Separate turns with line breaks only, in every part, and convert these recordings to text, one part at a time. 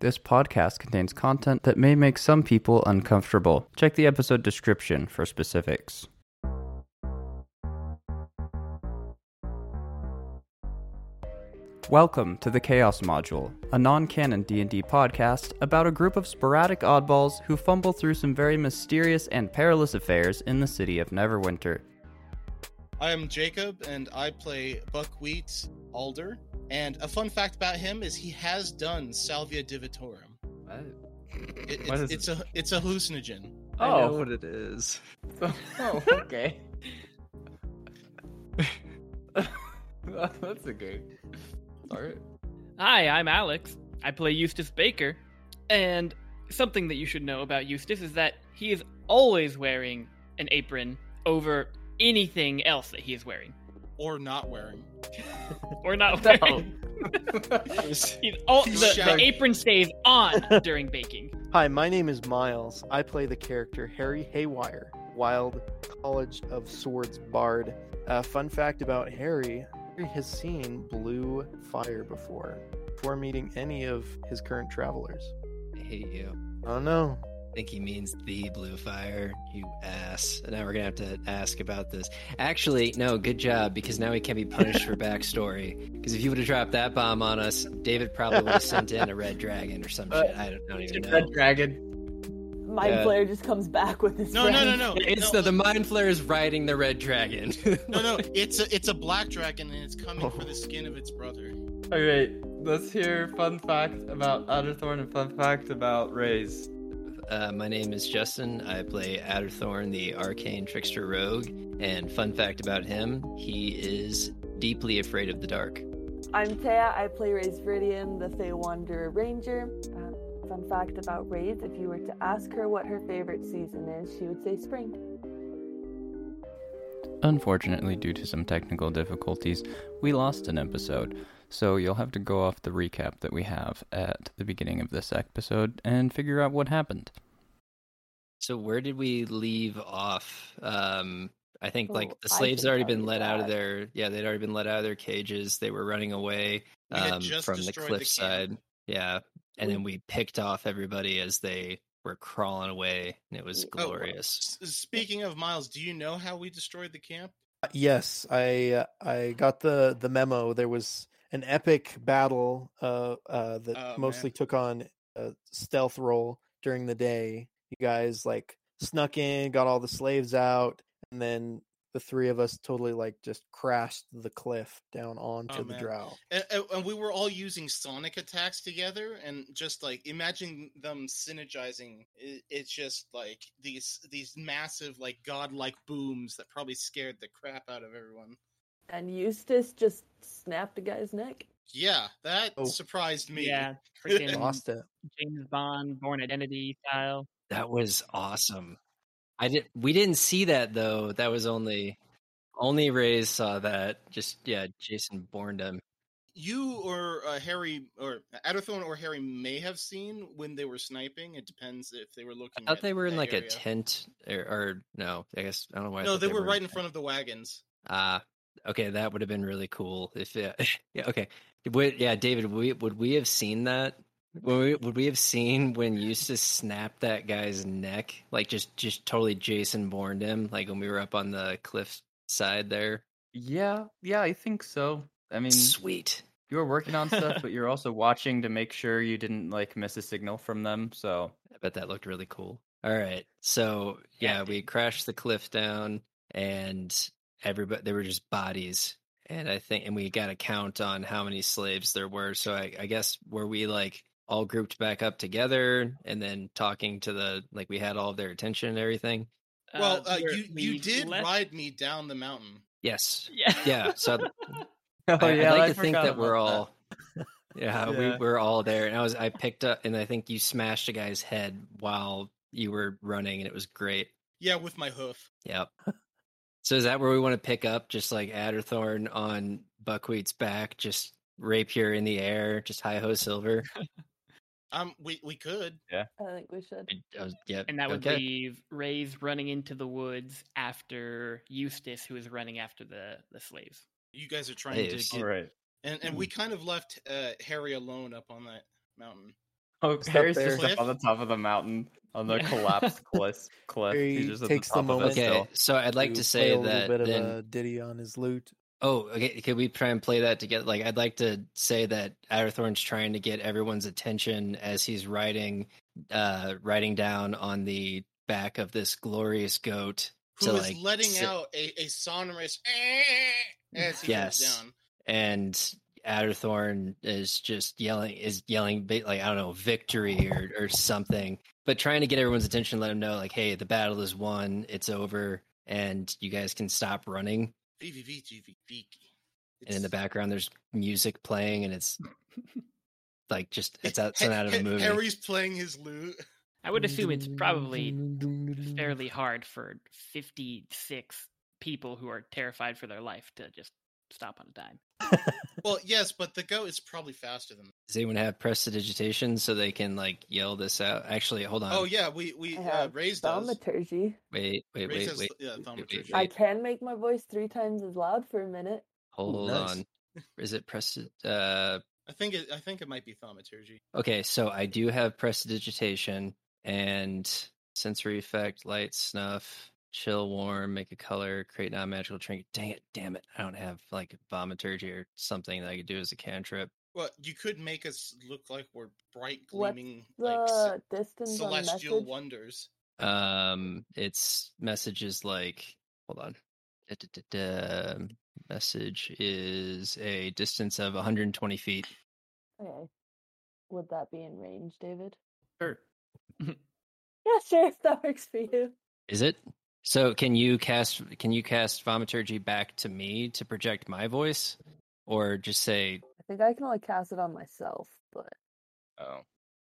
This podcast contains content that may make some people uncomfortable. Check the episode description for specifics. Welcome to the Chaos Module, a non-canon D&D podcast about a group of sporadic oddballs who fumble through some very mysterious and perilous affairs in the city of Neverwinter.
I am Jacob, and I play Buckwheat Alder. And a fun fact about him is he has done Salvia divitorum. It-
What
it's,
is
it's a it's a hallucinogen.
I know
Oh.
what it is.
Oh, okay. That's a good. All right.
Hi, I'm Alex. I play Eustace Baker. And something that you should know about Eustace is that he is always wearing an apron over anything else that he is wearing.
Or not wearing.
Or not
No.
wearing. He's all, the,
He's
the
shouting.
apron stays on during baking.
Hi, my name is Miles. I play the character Harry Haywire, Wild College of Swords Bard. Uh, fun fact about Harry Harry has seen blue fire before, before meeting any of his current travelers.
I hate you.
Oh no.
I think he means the blue fire, you ass. Now we're gonna have to ask about this. Actually, no, good job, because now he can be punished for backstory. Because if you would have dropped that bomb on us, David probably would have sent in a red dragon or some shit. I don't, I don't even know.
Red Dragon.
Mind
Yeah.
Flayer just comes back with his
No, no, no,
friends.
no.
It's
no,
the, the mind flare is riding the red dragon.
no, no. It's a it's a black dragon, and it's coming
Oh.
for the skin of its brother.
All right. Let's hear fun fact about Otterthorn and fun fact about Rays.
Uh, my name is Justin. I play Adderthorn, the arcane trickster rogue. And fun fact about him, he is deeply afraid of the dark.
I'm Taya. I play Raze Viridian, the Fey Wanderer Ranger. Uh, fun fact about Raze if you were to ask her what her favorite season is, she would say spring.
Unfortunately, due to some technical difficulties, we lost an episode, so you'll have to go off the recap that we have at the beginning of this episode and figure out what happened.
So where did we leave off? Um, I think
Oh,
like the
I
slaves
think
had already
I
been
did
let out of
that.
their yeah they'd already been let out of their cages. They were running away
We had
um,
just
from the
destroyed the
cliffside. yeah, and then we picked off everybody as they were crawling away, and it was
Oh, well,
glorious.
s- speaking of Miles, do you know how we destroyed the camp?
Uh, Yes, I uh, I got the the memo. There was an epic battle uh, uh, that
Oh, man.
mostly took on a stealth role during the day. You guys like snuck in, got all the slaves out, and then the three of us totally like just crashed the cliff down
Oh,
onto the
man.
drow.
And, and- and we were all using sonic attacks together, and just like imagine them synergizing. It, it's just like these these massive like godlike booms that probably scared the crap out of everyone.
And Eustace just snapped a guy's neck.
Yeah, that
Oh.
surprised me.
Yeah. Freaking
Lost it.
James Bond, Born Identity style.
That was awesome. I did. We didn't see that though. That was only only Rays saw that. Just yeah, Jason borned him.
You or uh, Harry or Adderthorn or Harry may have seen when they were sniping. It depends if they were looking.
I thought
at
they were in
that
like a
area.
tent or, or no, I guess I don't know why. I
No,
thought
they, were
in
right in
tent.
front of the wagons.
Ah, okay, that would have been really cool if yeah, yeah, okay, would, yeah, David, would we, would we have seen that? Would we, would we have seen when Eustace snapped that guy's neck, like just just totally Jason Bourne him, like when we were up on the cliff side there?
Yeah, yeah, I think so. I mean,
Sweet.
you were working on stuff, but you're also watching to make sure you didn't like miss a signal from them. So
I bet that looked really cool. All right. So yeah, we crashed the cliff down and everybody they were just bodies. And I think and we got a count on how many slaves there were. So I, I guess were we like all grouped back up together and then talking to the like we had all of their attention and everything?
well, uh,
we're-
you
we
you did
left-
ride me down the mountain.
Yes.
Yeah.
Yeah. So
oh,
I, would like to think that we're all Yeah, we
Yeah.
were all there. And I was I picked up and I think you smashed a guy's head while you were running and it was great.
Yeah, with my hoof.
Yep. So is that where we want to pick up? Just like Adderthorn on Buckwheat's back, just rapier in the air, just hi ho silver.
Um, we we could.
I think we should.
Uh, yep.
And that would
okay.
leave Ray's running into the woods after Eustace, who is running after the, the slaves.
You guys are trying
Slaves.
to get,
right.
Mm-hmm.
and and we kind of left uh, Harry alone up on that mountain.
Oh,
Just up
Harry's
there.
just up on the top of the mountain on the
Yeah.
collapsed cliff. cliff.
Harry
He's just at
takes the
the top
moment.
of this
Okay,
hill.
so I'd like
to
to
play
say
a little
that
bit
then.
of a ditty on his lute.
Oh, okay. Could we try and play that together? Like, I'd like to say that Adderthorn's trying to get everyone's attention as he's riding, uh, riding down on the back of this glorious goat,
Who
to,
is
like,
letting
sit-
out a, a sonorous as he
Yes.
comes down.
and Adderthorn is just yelling, is yelling, ba- like I don't know, victory or or something, but trying to get everyone's attention, let them know, like, hey, the battle is won, it's over, and you guys can stop running.
VVVGVVG.
And in the
It's-
background, there's music playing, and it's like just it's out, it's
Ha-
out of
Ha-
a movie.
Harry's playing his lute.
I would assume it's probably fairly hard for 56 people who are terrified for their life to just stop on a dime.
Well, yes, but the goat is probably faster than.
Does anyone have prestidigitation so they can like yell this out? Actually, hold on.
Oh yeah, we we
I
uh,
have
Raise does.
Thaumaturgy.
Wait, wait,
Raise
wait,
has
wait.
th- yeah,
wait,
thaumaturgy.
I
wait.
can make my voice three times as loud for a minute.
Hold
nice.
on. Is it prestid? Uh,
I think it, I think it might be thaumaturgy.
okay, so I do have prestidigitation and sensory effect, light, snuff, chill, warm, make a color, create non-magical trinket. Dang it, damn it! I don't have like vomiturgy or something that I could do as a cantrip.
Well, you could make us look like we're bright
What's
gleaming like ce-
The distance on
celestial
message.
wonders.
Um, it's messages like hold on. Da, da, da, da. Message is a distance of 120 feet.
Okay. Would that be in range, David?
Sure.
Yeah, sure, if that works for you.
Is it? So can you cast can you cast Vomiturgy back to me to project my voice, or just say,
I think I can only cast it on myself, but
Oh.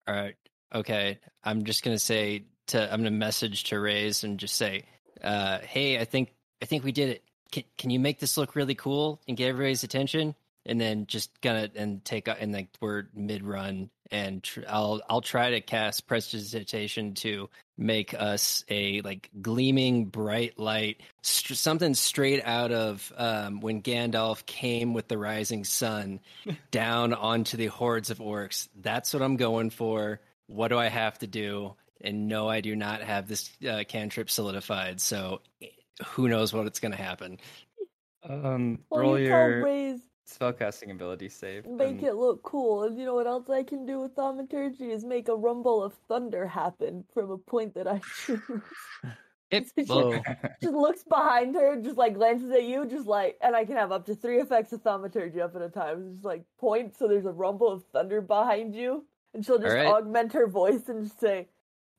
all right, okay, I'm just gonna say to I'm gonna message to Raise and just say, uh, hey, I think I think we did it. Can can you make this look really cool and get everybody's attention? And then just gonna and take a- and like we're mid run and tr- I'll I'll try to cast prestidigitation to make us a like gleaming bright light, st- something straight out of um, when Gandalf came with the rising sun down onto the hordes of orcs. That's what I'm going for. What do I have to do? And no, I do not have this uh, cantrip solidified. So who knows what it's going to happen?
Um,
well,
roll
you can't
your
raise
spellcasting ability save.
make
and-
it look cool. And you know what else I can do with thaumaturgy is make a rumble of thunder happen from a point that I choose.
Yep.
It's
Well,
just- just looks behind her, just like glances at you, just like, and I can have up to three effects of thaumaturgy up at a time. Just like point, so there's a rumble of thunder behind you, and she'll just
Alright.
augment her voice and just say,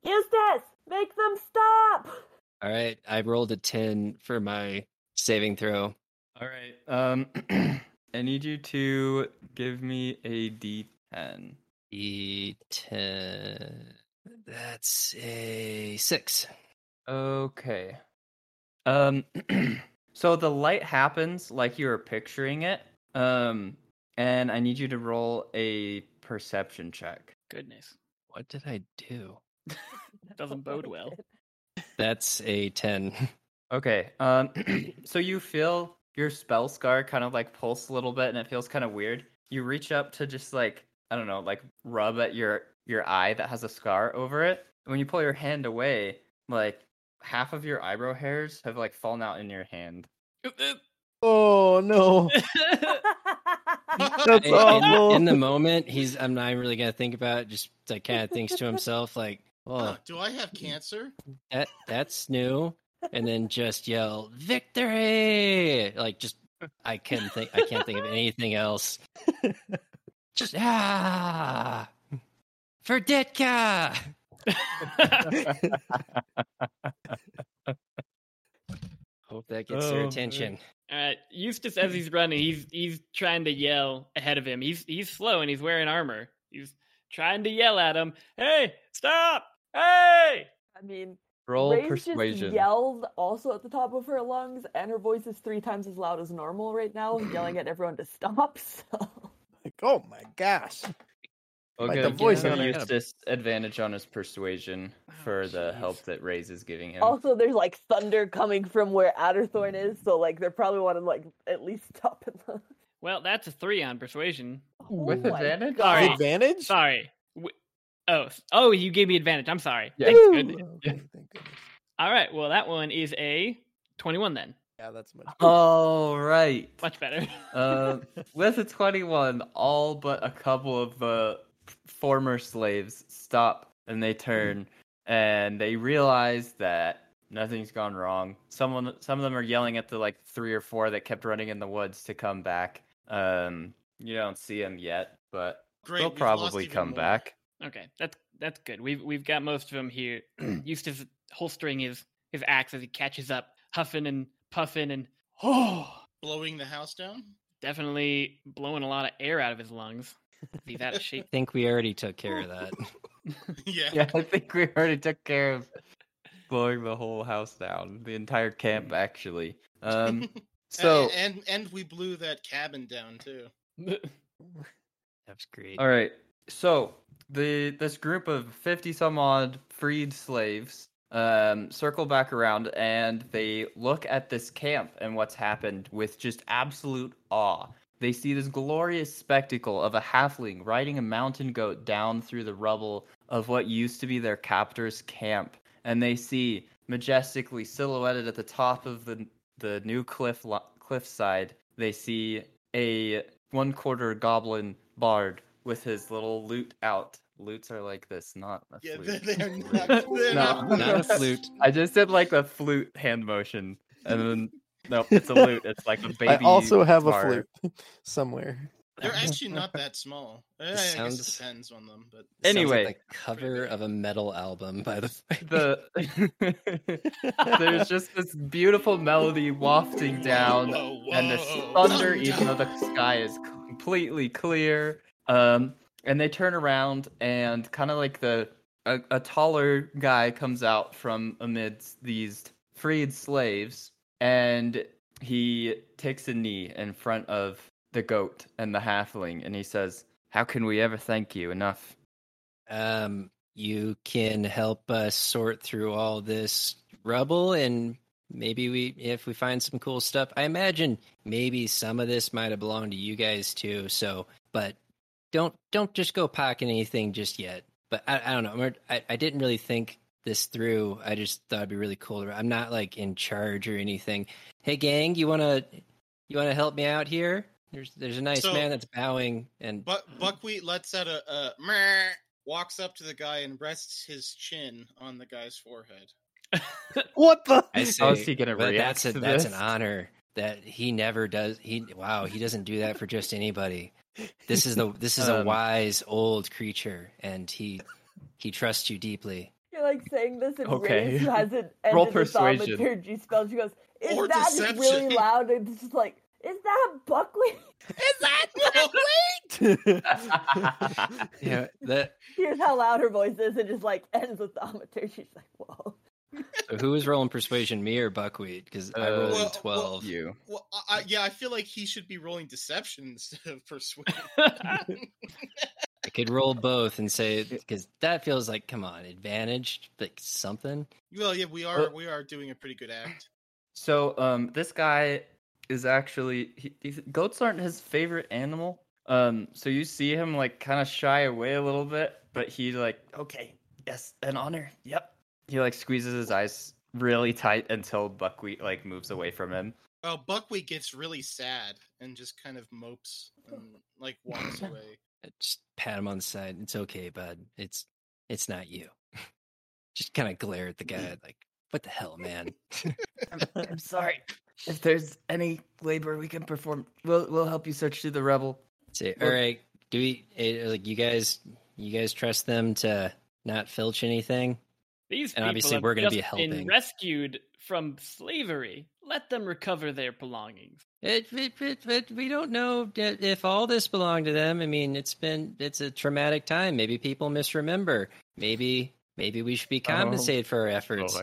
"Eustace, make them stop!"
all right. I rolled a 10 for my saving throw.
All right. Um, I need you to give me a D10.
E10. E That's a six.
Okay. Um so the light happens like you were picturing it. Um and I need you to roll a perception check.
Goodness.
What did I do?
Doesn't bode well.
That's a 10.
Okay. Um so you feel your spell scar kind of like pulse a little bit and it feels kind of weird. You reach up to just like I don't know, like rub at your your eye that has a scar over it. When you pull your hand away, like half of your eyebrow hairs have like fallen out in your hand.
Oh no! That's
in, in-
awful.
in the moment, he's I'm not even really gonna think about it. Just like kind of thinks to himself, like, "Oh,
Huh, do I have cancer?
that that's new," and then just yell "Victory!" Like, just I can think I can't think of anything else. just ah, for Ditka. Hope that gets
Oh,
their
man.
attention.
All right, Uh, Eustace, as he's running, he's he's trying to yell ahead of him. He's he's slow and he's wearing armor. He's trying to yell at him. Hey, stop! Hey!
I mean,
Roll
Ray's
persuasion.
just yelled also at the top of her lungs, and her voice is three times as loud as normal right now, yelling at everyone to stop. So
Like, oh my gosh!
Okay,
the
give
voice
him
on it.
Eustace advantage on his persuasion
Oh,
for the
jeez.
help that Raise is giving him.
also, there's like thunder coming from where Adderthorn is, so like they probably want to like at least stop and look.
Well, that's a three on persuasion.
With
Oh my
advantage?
God.
Sorry.
Advantage?
Sorry, w- Oh, s- oh, you gave me advantage. I'm sorry.
Yeah.
Thanks,
Woo!
goodness.
Okay, thank goodness.
All right. Well, that one is a 21 then.
Yeah, that's much.
Oh. All
better.
right.
Much better.
Uh, with a 21, all but a couple of the former slaves stop and they turn and they realize that nothing's gone wrong. Someone, some of them are yelling at the like three or four that kept running in the woods to come back. Um, you don't see them yet, but
Great,
they'll
we've lost
probably
even
come
more.
back.
Okay, that's that's good. We've we've got most of them here. Eustace holstering his his axe as he catches up, huffing and puffing, and oh,
Blowing the house down.
definitely blowing a lot of air out of his lungs. He's out of shape.
think we already took care of that.
yeah.
Yeah, I think we already took care of blowing the whole house down, the entire camp actually. Um, so.
and, and and we blew that cabin down too.
That's great.
All right. So the this group of fifty some odd freed slaves um, circle back around and they look at this camp and what's happened with just absolute awe. They see this glorious spectacle of a halfling riding a mountain goat down through the rubble of what used to be their captor's camp, and they see majestically silhouetted at the top of the the new cliff li- cliffside. They see a one quarter goblin bard with his little lute out. Lutes are like this, not a
Yeah,
flute.
they're, they're not.
No.
They're not,
Not a flute.
I just did like a flute hand motion, and then nope, it's a lute. It's like a baby.
I also have
guitar.
a flute somewhere.
They're actually not that small. Eh, I guess
sounds-
it depends on them, but
Sounds like
Anyway.
the cover of a metal album, by the way.
The there's just this beautiful melody wafting down.
Whoa, whoa,
and the
whoa.
thunder, even though the sky is completely clear. Um, and they turn around, and kind of like the a, a taller guy comes out from amidst these freed slaves, and he takes a knee in front of the goat and the halfling, and he says, "How can we ever thank you enough?"
Um, you can help us sort through all this rubble, and maybe we, if we find some cool stuff, I imagine maybe some of this might have belonged to you guys too. So, but don't don't just go pocking anything just yet. But I, I don't know. I'm gonna- I, I didn't really think this through. I just thought it'd be really cool. to- I'm not like in charge or anything. Hey, gang, you wanna you wanna help me out here? There's there's a nice
So-
man that's bowing and
But Buckwheat lets out a, a meh, walks up to the guy and rests his chin on the guy's forehead.
What the?
I
How
say-
is he gonna
But
react
that's a,
to
that's an
this?
honor that he never does. He wow, he doesn't do that for just anybody. This is the this is a
Um,
wise old creature, and he he trusts you deeply.
You're like saying this in
Okay.
Reyes, who hasn't ended
Roll
the
persuasion.
thaumaturgy spell. She goes, "Is
Or
that
deception."
really loud?" And it's just like, "Is that buckwheat?"
Is that
Yeah, that.
Here's how loud her voice is, and just like ends the thaumaturgy. She's like, "Whoa."
So who was rolling persuasion, me or buckwheat? Because I
Uh,
rolled
Well,
a twelve.
you.
Well, I, I- yeah, I feel like he should be rolling deception instead of persuasion.
I could roll both and say because that feels like come on advantage, like something.
well, yeah, we are
Well-
we are doing a pretty good act.
So, um, this guy is actually he, he's, goats aren't his favorite animal. Um, so you see him like kind of shy away a little bit, but he like, okay, yes, an honor, yep. He like squeezes his eyes really tight until Buckwheat like moves away from him.
Well, Buckwheat gets really sad and just kind of mopes and like walks away.
Just pat him on the side. It's okay, bud. It's it's not you. Just kind of glare at the guy,
Mm.
like what the hell, man.
I'm, I'm sorry. If there's any labor we can perform, we'll we'll help you search through the rubble.
Say, all
Well-
right, do we eh, like you guys? You guys trust them to not filch anything?
These
And
people
obviously
have
we're gonna be
just been
helping.
rescued from slavery. Let them recover their belongings.
It, it, it, it, we don't know i- if all this belonged to them. I mean, it's been it's a traumatic time. Maybe people misremember. Maybe maybe we should be compensated for our efforts.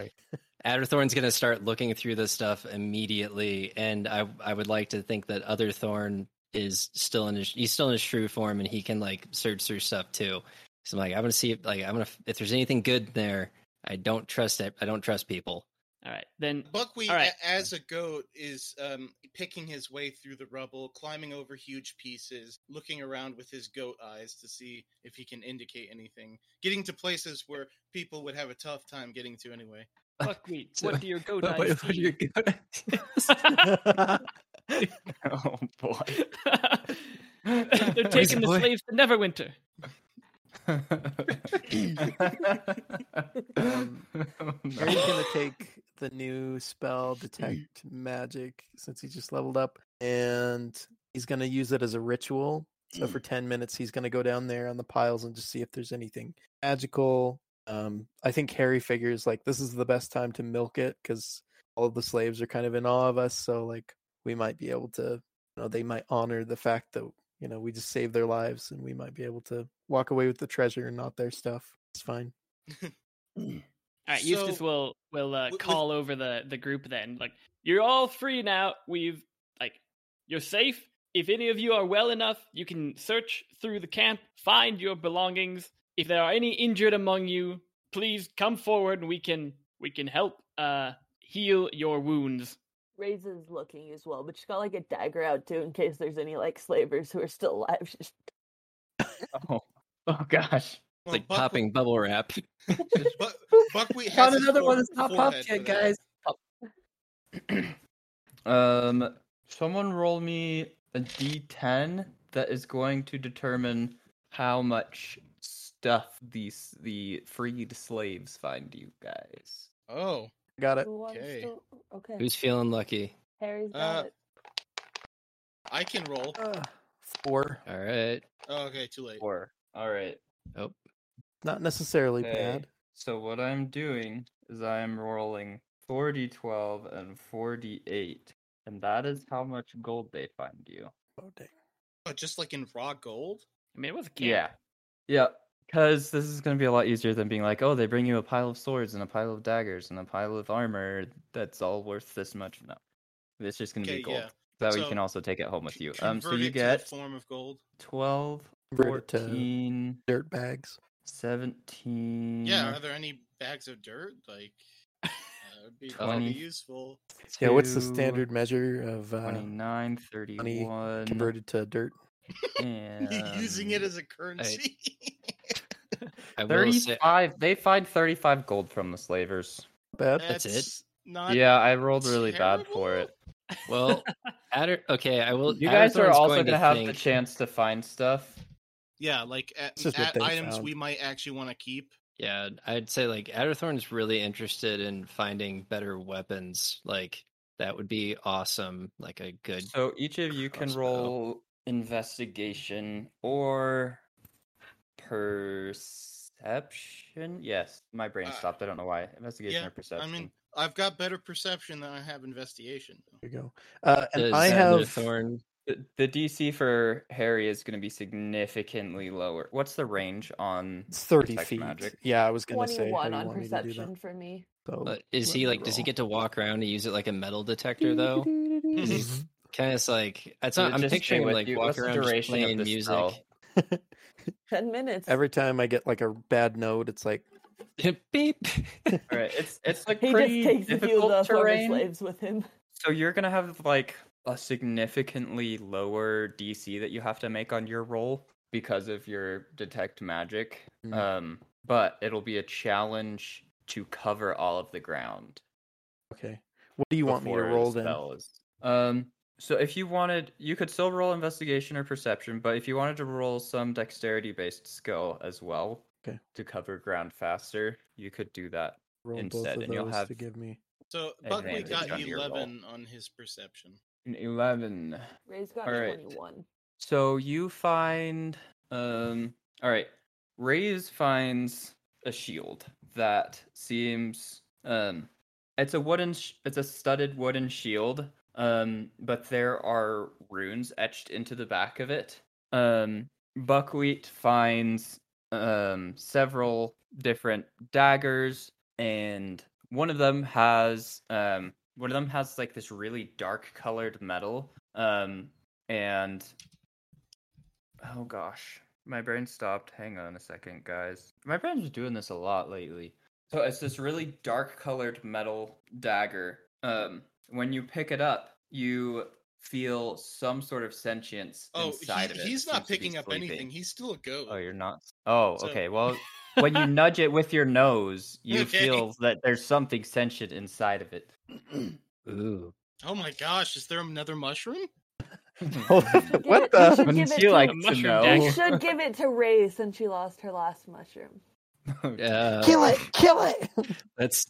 Adderthorn's going to start looking through this stuff immediately, and I I would like to think that Otherthorn is still in his he's still in his shrew form, and he can like search through stuff too. So I'm like, I'm gonna see if like I'm gonna if there's anything good there. I don't trust it. I don't trust people.
All right, then.
Buckwheat,
All right.
a- as a goat, is um, picking his way through the rubble, climbing over huge pieces, looking around with his goat eyes to see if he can indicate anything, getting to places where people would have a tough time getting to anyway.
Buckwheat,
So-
what do your goat
What, what,
eyes
what are
see?
your good
Oh boy.
They're taking the
boy.
slaves to Neverwinter.
Um,
Harry's gonna take the new spell detect magic since he just leveled up, and he's gonna use it as a ritual. So for ten minutes, he's gonna go down there on the piles and just see if there's anything magical. Um, I think Harry figures like this is the best time to milk it because all of the slaves are kind of in awe of us, so like we might be able to, you know, they might honor the fact that you know we just saved their lives, and we might be able to walk away with the treasure and not their stuff. It's fine.
All
Mm.
right, Eustace
So-
will will
Wi-
uh,
with-
call over the the group. Then, like, you're all free now. We've like, you're safe. If any of you are well enough, you can search through the camp, find your belongings. If there are any injured among you, please come forward, and we can we can help uh heal your wounds.
Raisin's looking as well, but she's got like a dagger out too in case there's any like slavers who are still alive. She's
oh, oh gosh.
Well,
like
Buckwheat-
popping bubble wrap.
Buck- Buckwheat has
Found
his
another
fore-
one that's not
forehead
popped
for
yet,
that.
guys.
um, someone roll me a d10 that is going to determine how much stuff these the freed slaves find you guys.
Oh,
Got it.
the one
Okay.
still- okay.
Who's feeling lucky?
Harry's got
Uh,
it.
I can roll.
Uh, four.
All right.
Oh, okay, too late.
Or all right.
Oh,
Not necessarily
Okay.
bad.
So what I'm doing is I am rolling 4d12 and 4d8, and that is how much gold they find you.
Oh, dang.
Oh, just like in raw gold.
I mean, it was a camp.
Yeah. Yeah. Because this is going to be a lot easier than being like, oh, they bring you a pile of swords and a pile of daggers and a pile of armor that's all worth this much. No. It's just going to
Okay,
be gold.
yeah.
That way you
So,
can also take it home with
C-
you. Um, so you
convert it to the
get
form of gold.
12,
Convert it to-
14,
Dirt bags.
17.
Yeah, are there any bags of dirt? Like that would be
Twenty.
probably useful.
Yeah, what's the
two,
standard measure of uh,
29, 31.
converted to dirt?
Using
um,
it as a currency.
I will say
35. They find 35 gold from the slavers.
Bad.
Eh.
That's it?
Not
yeah, I rolled really bad for
terrible.
it.
Well, Adder, okay, I will.
You guys are
Adderthorn's
also
going
going to have the
think-
chance to find stuff.
Yeah, like at,
This is what
at
they
items
found.
we might actually want to keep.
Yeah, I'd say like Adderthorn's really interested in finding better weapons. Like that would be awesome. Like a good.
So each of you can
Crossbow.
roll investigation or perception. Yes, my brain
Uh,
stopped. I don't know why. Investigation
yeah,
or perception.
I mean, I've got better perception than I have investigation. though.
There you go. Uh,
Does
and I have
Adderthorn.
the, the DC for Harry is going to be significantly lower. What's the range on?
it's thirty
detect
feet.
magic.
Yeah, I was gonna say. how
Twenty-one
do you
on
want me to do that?
perception for me.
So,
but Is
let
he
me
like? Does he
roll.
get to walk around and use it like a metal detector though?
Mhm.
Kind of like that's
Does
not.
it
I'm
just stay
picturing him
with
like
you? What's
walk
the
around just
duration of
playing
the
music.
spell?
Ten minutes.
Every time I get like a bad note, it's like
Beep.
All right, it's it's like
he
pretty
just takes a few
difficult
of the former
terrain.
slaves with him.
So you're gonna have like a significantly lower DC that you have to make on your roll because of your detect magic.
Mm.
Um, but it'll be a challenge to cover all of the ground.
okay. What do you want me to
before the
roll then?
spell is- Um, so if you wanted, you could still roll investigation or perception, but if you wanted to roll some dexterity based skill as well
Okay.
to cover ground faster, you could do that.
Roll
instead,
both of
and you'll
those to
have-
give me.
So Buckley
Advantage
got
on your roll.
eleven on his perception.
An Eleven.
Ray's got
All right.
twenty-one.
So you find um all right. Rays finds a shield that seems um it's a wooden sh- it's a studded wooden shield um but there are runes etched into the back of it. Um Buckwheat finds um several different daggers and one of them has um one of them has like this really dark colored metal um and oh gosh my brain stopped hang on a second guys my brain's been doing this a lot lately So it's this really dark colored metal dagger. Um, when you pick it up, you feel some sort of sentience
Oh,
inside
he-
of it.
he's
It seems to
not
be
picking up
sleeping.
anything. He's still a goat.
Oh, you're not. Oh,
So-
okay. Well, when you nudge it with your nose, you
Okay.
feel that there's something sentient inside of it.
Ooh.
Oh my gosh, is there another mushroom?
Give
what
it- you
the?
should give
Wouldn't
it
you
to-
like
A
to
mushroom
know?
You should give it to Ray since she lost her last mushroom.
Uh,
Kill it! Kill it!
That's.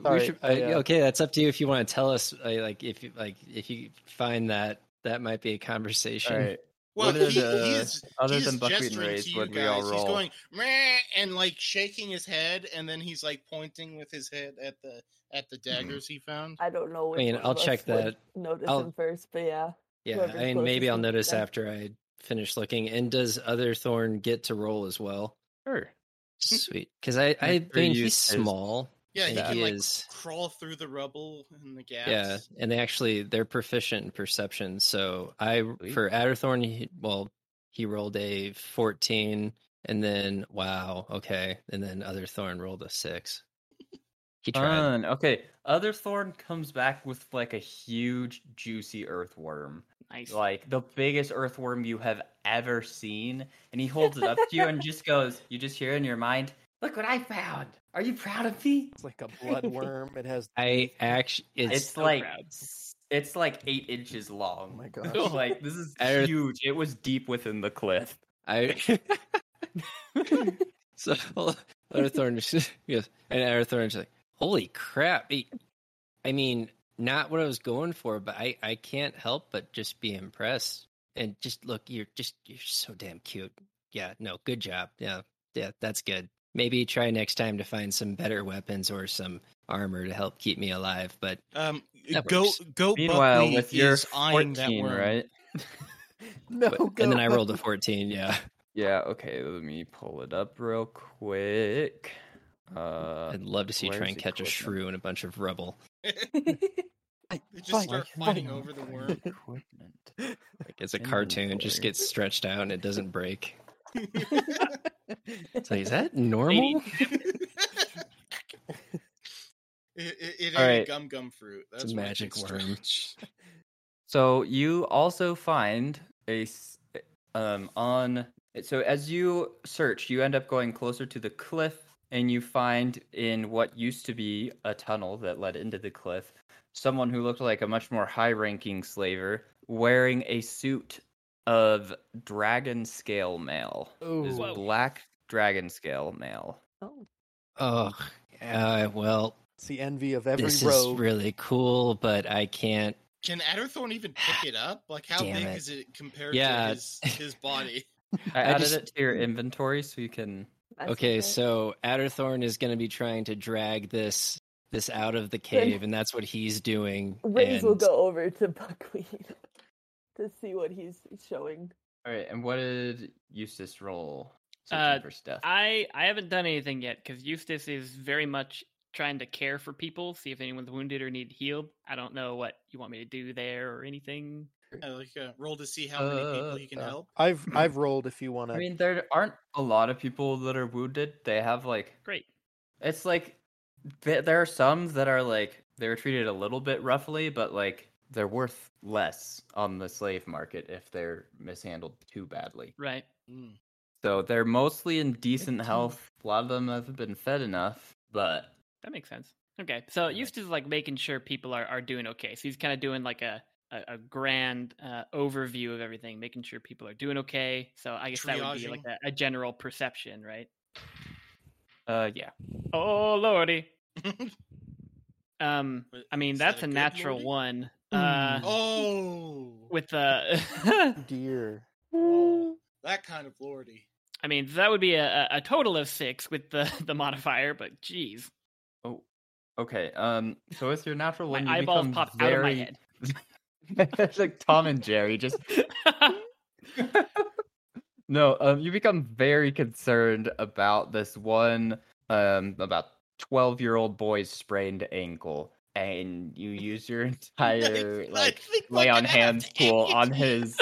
Sorry,
we should,
I,
uh,
uh,
okay, that's up to you if you want to tell us. Uh, like if you like if you find that that might be a conversation.
All right.
Well,
What are
he,
the-
he is
Other
he's
than buckwheat and
gesturing
raids,
to you
would we
guys.
all
He's
roll?
going "Meh," and like shaking his head, and then he's like pointing with his head at the at
Hmm.
the daggers he found.
I don't know. Which
mean,
one
I'll
of us
check
would Notice
I'll-
him first, but yeah.
Yeah,
Whoever's
I mean maybe
closest
I'll
is
notice
done.
after I finish looking. And does other thorn get to roll as well?
Sure.
Sweet, because I
Your
I
three
mean
use
he's
is-
small.
Yeah, he
and
can
he
like
is.
crawl through the rubble and the gaps.
Yeah, and they actually they're proficient in perception. So I
Sweet.
for Adderthorn, he, well, he rolled a fourteen, and then wow, okay, and then other Thorn rolled a six. He tried.
Fun. Okay. Other thorn comes back with like a huge, juicy earthworm,
Nice.
like the biggest earthworm you have ever seen, and he holds it up to you and just goes, "You just hear in your mind, look what I found. Are you proud of me?"
It's like a bloodworm. It has.
I actually it's,
It's
so
like
proud.
s- it's like eight inches
Oh
long.
my gosh.
So, like this is
Earth-
huge. It was deep within the cliff.
I. so Arathorn just goes, and Arathorn's like, "Holy crap!" I- I mean, not what I was going for, but I I can't help but just be impressed. And just look, you're just you're so damn cute. Yeah, no, good job. Yeah, yeah, that's good. Maybe try next time to find some better weapons or some armor to help keep me alive. But
Um,
That
go
works.
go.
Meanwhile,
Buckwheat
with your
is eyeing that
14,
worm.
right?
No,
but-
go
and then I rolled a fourteen. Yeah,
Yeah, okay, let me pull it up real quick. Uh
I'd love to see you
where
try
is
and
the
catch a
equipment?
shrew in a bunch of rubble.
They just start fighting over the worm.
equipment.
Like it's a cartoon, it just
Inventory.
gets stretched out and it doesn't break. It's like, is that normal?
It, it, it
All
ain't
right.
a gum gum fruit. That's
a
what I
magic
can
worm.
stretch.
So you also find a s- um on so as you search, you end up going closer to the cliff and you find in what used to be a tunnel that led into the cliff someone who looked like a much more high-ranking slaver wearing a suit of dragon scale mail.
Oh,
This
Whoa.
black dragon scale mail.
Oh, uh, well,
It's the envy of every
this
rogue.
is really cool, but I can't.
Can Adderthorn even pick it up? Like, how
Damn
big
it.
is it compared
Yeah.
to his, his body?
I,
I
added
just-
it to your inventory so you can.
That's
Okay,
it.
so Adderthorn is going to be trying to drag this this out of the cave, and that's what he's doing.
Rays will
and
go over to Buckwheat to see what he's showing.
All right, and what did Eustace roll? Searching
Uh,
for stuff.
I I haven't done anything yet because Eustace is very much trying to care for people, see if anyone's wounded or need healed. I don't know what you want me to do there or anything.
Uh, like, uh, roll to see how many people you can
Uh,
help.
I've I've rolled if you want
I
to.
mean, there aren't a lot of people that are wounded. They have like
Great.
it's like th- there are some that are like they were treated a little bit roughly, but like they're worth less on the slave market if they're mishandled too badly.
Right.
Mm.
So they're mostly in decent health. A lot of them haven't been fed enough, but
That makes sense. Okay. So
Right.
Eustace is like making sure people are, are doing okay. So he's kind of doing like a, a, a grand uh, overview of everything, making sure people are doing okay. So I guess that would be like a, a general perception, right?
uh, yeah.
Oh lordy. Um
Wait,
I mean
is that
that's
a
a,
good
natural
lordy? Mm.
one. Uh
Oh,
with the
Dear.
oh, that kind of lordy.
I mean, that would be a, a a total of six with the, the modifier, but geez,
Oh, okay. Um, so it's your natural
my
one. you
eyeballs
become
popped
very...
out of my head.
it's like Tom and Jerry just no, um, you become very concerned about this one, um, about twelve-year-old boy's sprained ankle, and you use your entire like
think
lay
we're
on
gonna have
hands
to
pool
amputate-
on his.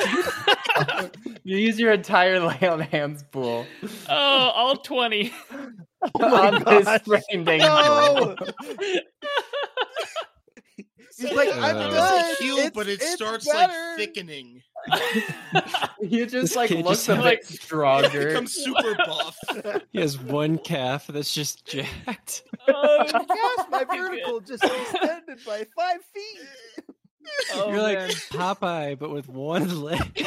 you use your entire lay on hands pool.
oh, all 20.
on this frame thing.
No!
He's
like,
"I'm
a
done.
heal,
It's-
but it
it's
starts
better."
like thickening.
You just
This
like
kid
look
just
a
had
bit
It
stronger.
becomes super buff.
He has one calf that's just jacked.
Oh,
Yes, my
Good.
vertical just extended by five feet.
Oh,
You're like
man.
Popeye, but with one leg.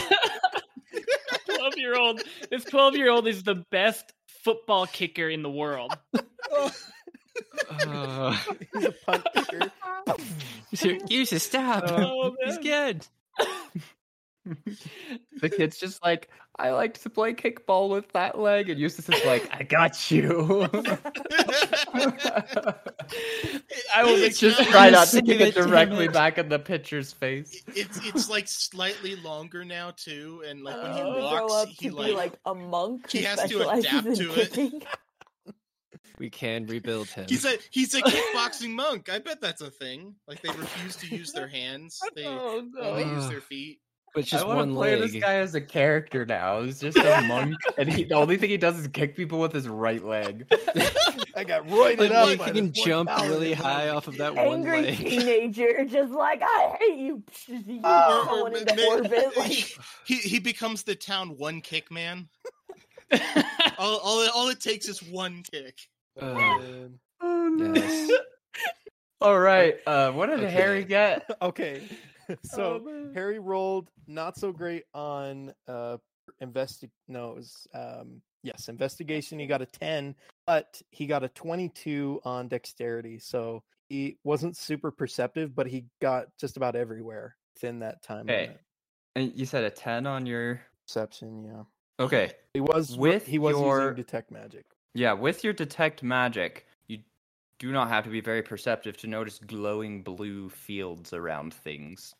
12 year old. This 12 year old is the best football kicker in the world.
Oh.
He's a punt kicker.
You should stop.
Oh, man.
He's good.
the kid's just like, I liked to play kickball with that leg, and Eustace is like, I got you.
I will
It's
just
not-
try not
Say
to kick it
that, damn
directly
it.
back in the pitcher's face.
It's it's like slightly longer now too, and like when he
Oh.
to grow
walks,
up
he
to be
like
like a monk.
he
who
has to
specializes
adapt
in
to it.
kicking.
We can rebuild him.
He's a he's a kickboxing monk. I bet that's a thing. Like they refuse to use their hands. They
Oh
only use
Ugh.
their feet.
but just
I want
one
to play
leg.
this guy as a character now. He's just a monk, and he, the only thing he does is kick people with his right leg.
I got roided
Like,
up.
look,
by
he
this
can
one
jump
paladin.
really high off of that one
Angry
leg.
teenager, just like I hate you. You
Oh.
oh, someone
ma-
into
ma-
orbit. Like
Ah, he he becomes the town one kick man. all, all it- all it takes is one kick.
Uh, yes.
All right, uh, what did
Okay.
Harry get?
Okay, so
Oh,
Harry rolled not so great on uh investi no, it was um yes, investigation. He got a 10, but he got a 22 on dexterity. So he wasn't super perceptive, but he got just about everywhere within that time
Okay.
limit.
and you said a ten on your.
perception, yeah.
Okay,
He was
With
he was
your-
using detect magic.
Yeah, with your detect magic, you do not have to be very perceptive to notice glowing blue fields around things.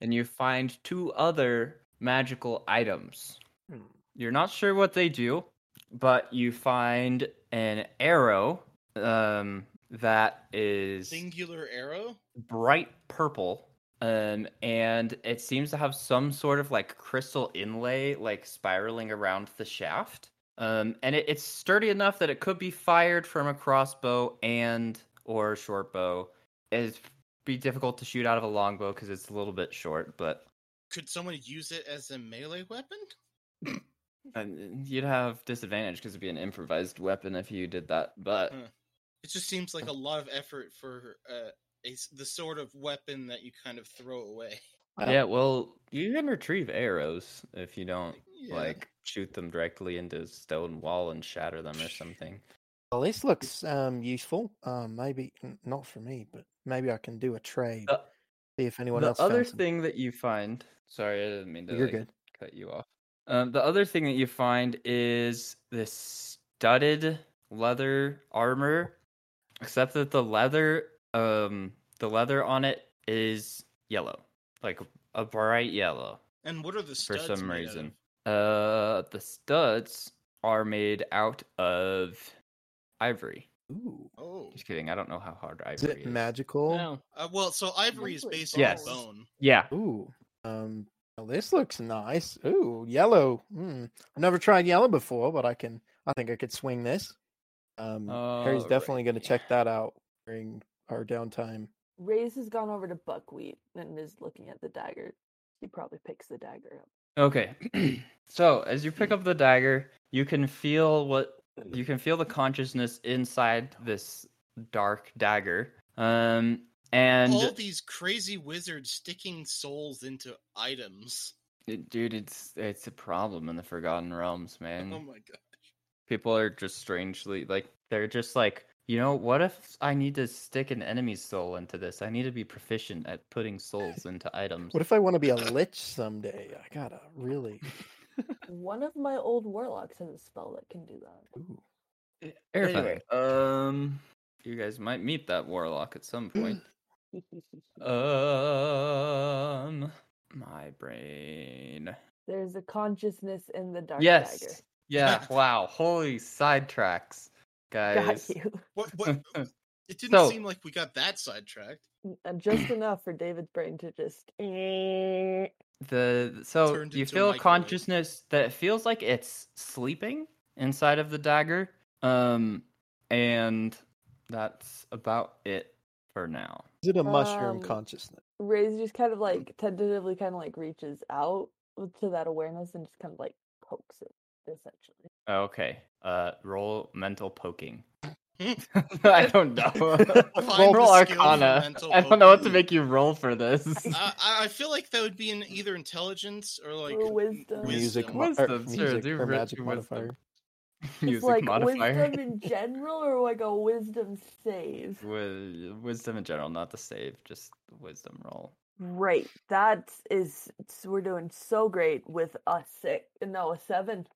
and you find two other magical items.
Hmm.
You're not sure what they do, but you find an arrow um, that is
Singular arrow.
bright purple. Um, and it seems to have some sort of like crystal inlay, like spiraling around the shaft. Um, and it, it's sturdy enough that it could be fired from a crossbow and or short bow. It'd be difficult to shoot out of a longbow because it's a little bit short, but
Could someone use it as a melee weapon?
um, you'd have disadvantage because it'd be an improvised weapon if you did that. But
Hmm. It just seems like a lot of effort for uh, a s the sort of weapon that you kind of throw away.
Wow.
yeah, well, you can retrieve arrows if you don't
Yeah.
like shoot them directly into a stone wall and shatter them or something.
Well, this looks um useful. Um maybe n- not for me, but maybe I can do a trade.
The-
See if anyone
the
else
other
found some-
thing that you find sorry i didn't mean to
You're
like,
good.
cut you off um, the other thing that you find is this studded leather armor except that the leather um the leather on it is yellow like a bright yellow
And what are the
For
studs
some
made out
reason.
of?
uh the studs are made out of ivory
Ooh.
Oh,
just kidding i don't know how hard ivory
Is it magical?
No.
uh, well, so ivory is
Lovely.
basically
Yes.
bone.
yeah
Ooh. Um. well, this looks nice. Ooh, yellow. Hmm. I've never tried yellow before, but I can. I think I could swing this. Um. Harry's definitely going to
Alrighty.
check that out during our downtime.
Ray's has gone over to Buckwheat and is looking at the dagger. He probably picks the dagger up.
Okay. so as you pick up the dagger, you can feel what you can feel the consciousness inside this dark dagger. Um and
All these crazy wizards sticking souls into items.
it- dude, it's it's a problem in the Forgotten Realms, man.
Oh my god!
People are just strangely like they're just like, you know, what if I need to stick an enemy's soul into this? I need to be proficient at putting souls into items.
What if I want to be a lich someday? I gotta really.
One of my old warlocks has a spell that can do that.
Ooh.
Anyway, um you guys might meet that warlock at some point. Oh. Um, my brain.
There's a consciousness in the dark
yes.
dagger.
Yeah. wow. Holy sidetracks, guys.
Got you.
What? what it didn't
So-
seem like we got that sidetracked.
N- And just enough for David's brain to just. eh.
The so
Turned
you
into a
feel a
microwave.
consciousness that feels like it's sleeping inside of the dagger. Um, and that's about it for now.
Is it a mushroom
Um,
consciousness?
Ray's just kind of like tentatively kind of like reaches out to that awareness and just kind of like pokes it essentially.
Okay. Uh, roll mental poking. I don't know.
Find
roll
the skill for
Arcana.
mental
I don't know what to
poking.
make you roll for this.
Uh, I, I feel like that would be in either intelligence or like
Or wisdom.
Music,
wisdom.
mo- or
Wisdom, sure,
music
do
or
ri-
magic
do wisdom.
modifier.
Just like wisdom in general or like a wisdom save.
Wi- wisdom in general, not the save, just the wisdom roll.
Right. That is s- we're doing so great with a six no, a seven.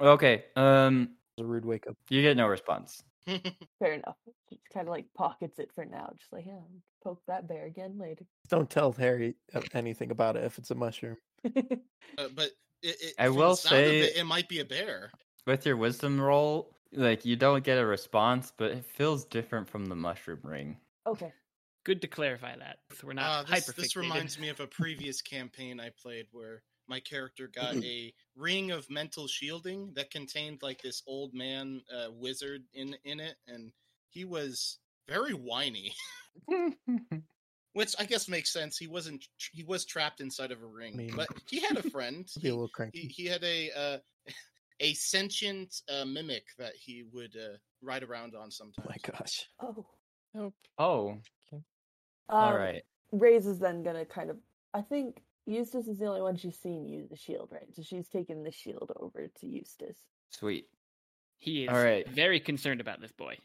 Okay. Um,
It's a rude wake up.
you get no response.
Fair enough. Just kinda like pockets it for now. Just like, yeah, poke that bear again later.
Don't tell Harry uh, anything about it if it's a mushroom.
Uh, but it, it,
I
from the
will
sound of
say-
it, it might be a bear.
With your wisdom roll, like you don't get a response, but it feels different from the mushroom ring.
okay.
Good to clarify that. So we're
Uh,
not
this,
hyper.
this reminds me of a previous campaign I played where my character got a ring of mental shielding that contained like this old man uh, wizard in in it, and he was very whiny, which I guess makes sense. He wasn't tr- he was trapped inside of a ring,
mean-
but he had a friend.
Be a
he,
little
he,
cranky.
he had a uh, a sentient uh, mimic that he would uh, ride around on
Oh
sometimes.
my gosh.
Oh.
oh, all
Um,
right.
Ray's is then gonna kind of. I think Eustace is the only one she's seen use the shield, right? So she's taken the shield over to Eustace.
Sweet.
He is
All right.
very concerned about this boy.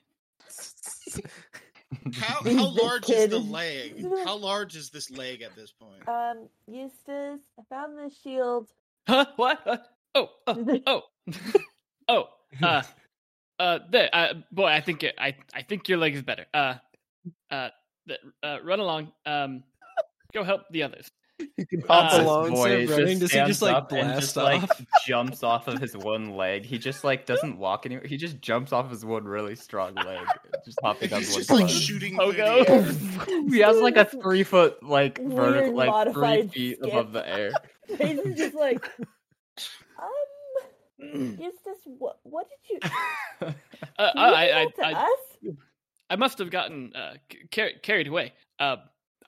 How,
This
how large is
kid
the
is-
leg? How large is this leg at this point?
Um, Eustace, I found this shield.
Huh? What? Huh? Oh, oh, oh, oh. Uh, uh, there, uh, boy. I think it, I, I think your leg is better. Uh, uh, th- uh, run along. Um, go help the others.
You can
hop
hop
Uh,
along.
This boy
running, does he
stands
just, like,
up and
blast
just, like,
off?
jumps off of his one leg. He just like doesn't walk anywhere. He just jumps off his one really strong leg, just hopping on
He's
one
just like
foot.
shooting through the air.
Pogo. he has like a three foot like
Weird
vertical, like three
modified
feet
skip.
above the air.
Ray's is just like, um, Eustace, what, what did you?
Uh,
you
I, I, I,
did that to
I,
us?
I must have gotten uh, c- car- carried away. Uh,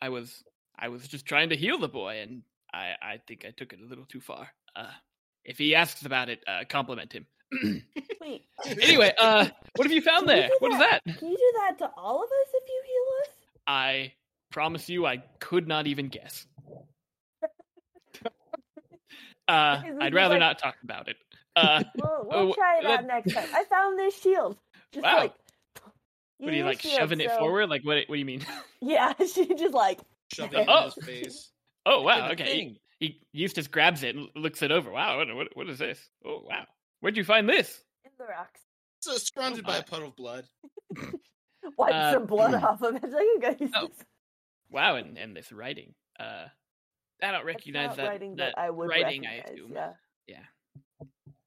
I was, I was just trying to heal the boy, and I, I think I took it a little too far. Uh, if he asks about it, uh, compliment him.
Wait,
anyway, uh, what have you found
Can you
there?
do
What is that?
that? can you do that to all of us if you heal us?
I promise you, I could not even guess. Uh,
This is
I'd rather
like-
not talk about it. Uh,
We'll,
Oh,
we'll try it
that-
out next time. I found this shield. Just
Wow.
like,
what are you
use
like
shield,
shoving it
so-
forward? Like what? What do you mean?
Yeah, she just like
shoving it
Oh.
in his face.
Oh wow, okay. He, he Eustace grabs it and looks it over. Wow, what, what, what is this? Oh wow, where'd you find this?
in the rocks,
So it's surrounded
Oh
by
my.
a puddle of blood.
wipes
Uh,
some blood off of it. It's Like, you guys,
Oh, Wow, and, and this writing. Uh, I don't recognize that.
writing
that
I would
writing, I
recognize.
assume.
yeah.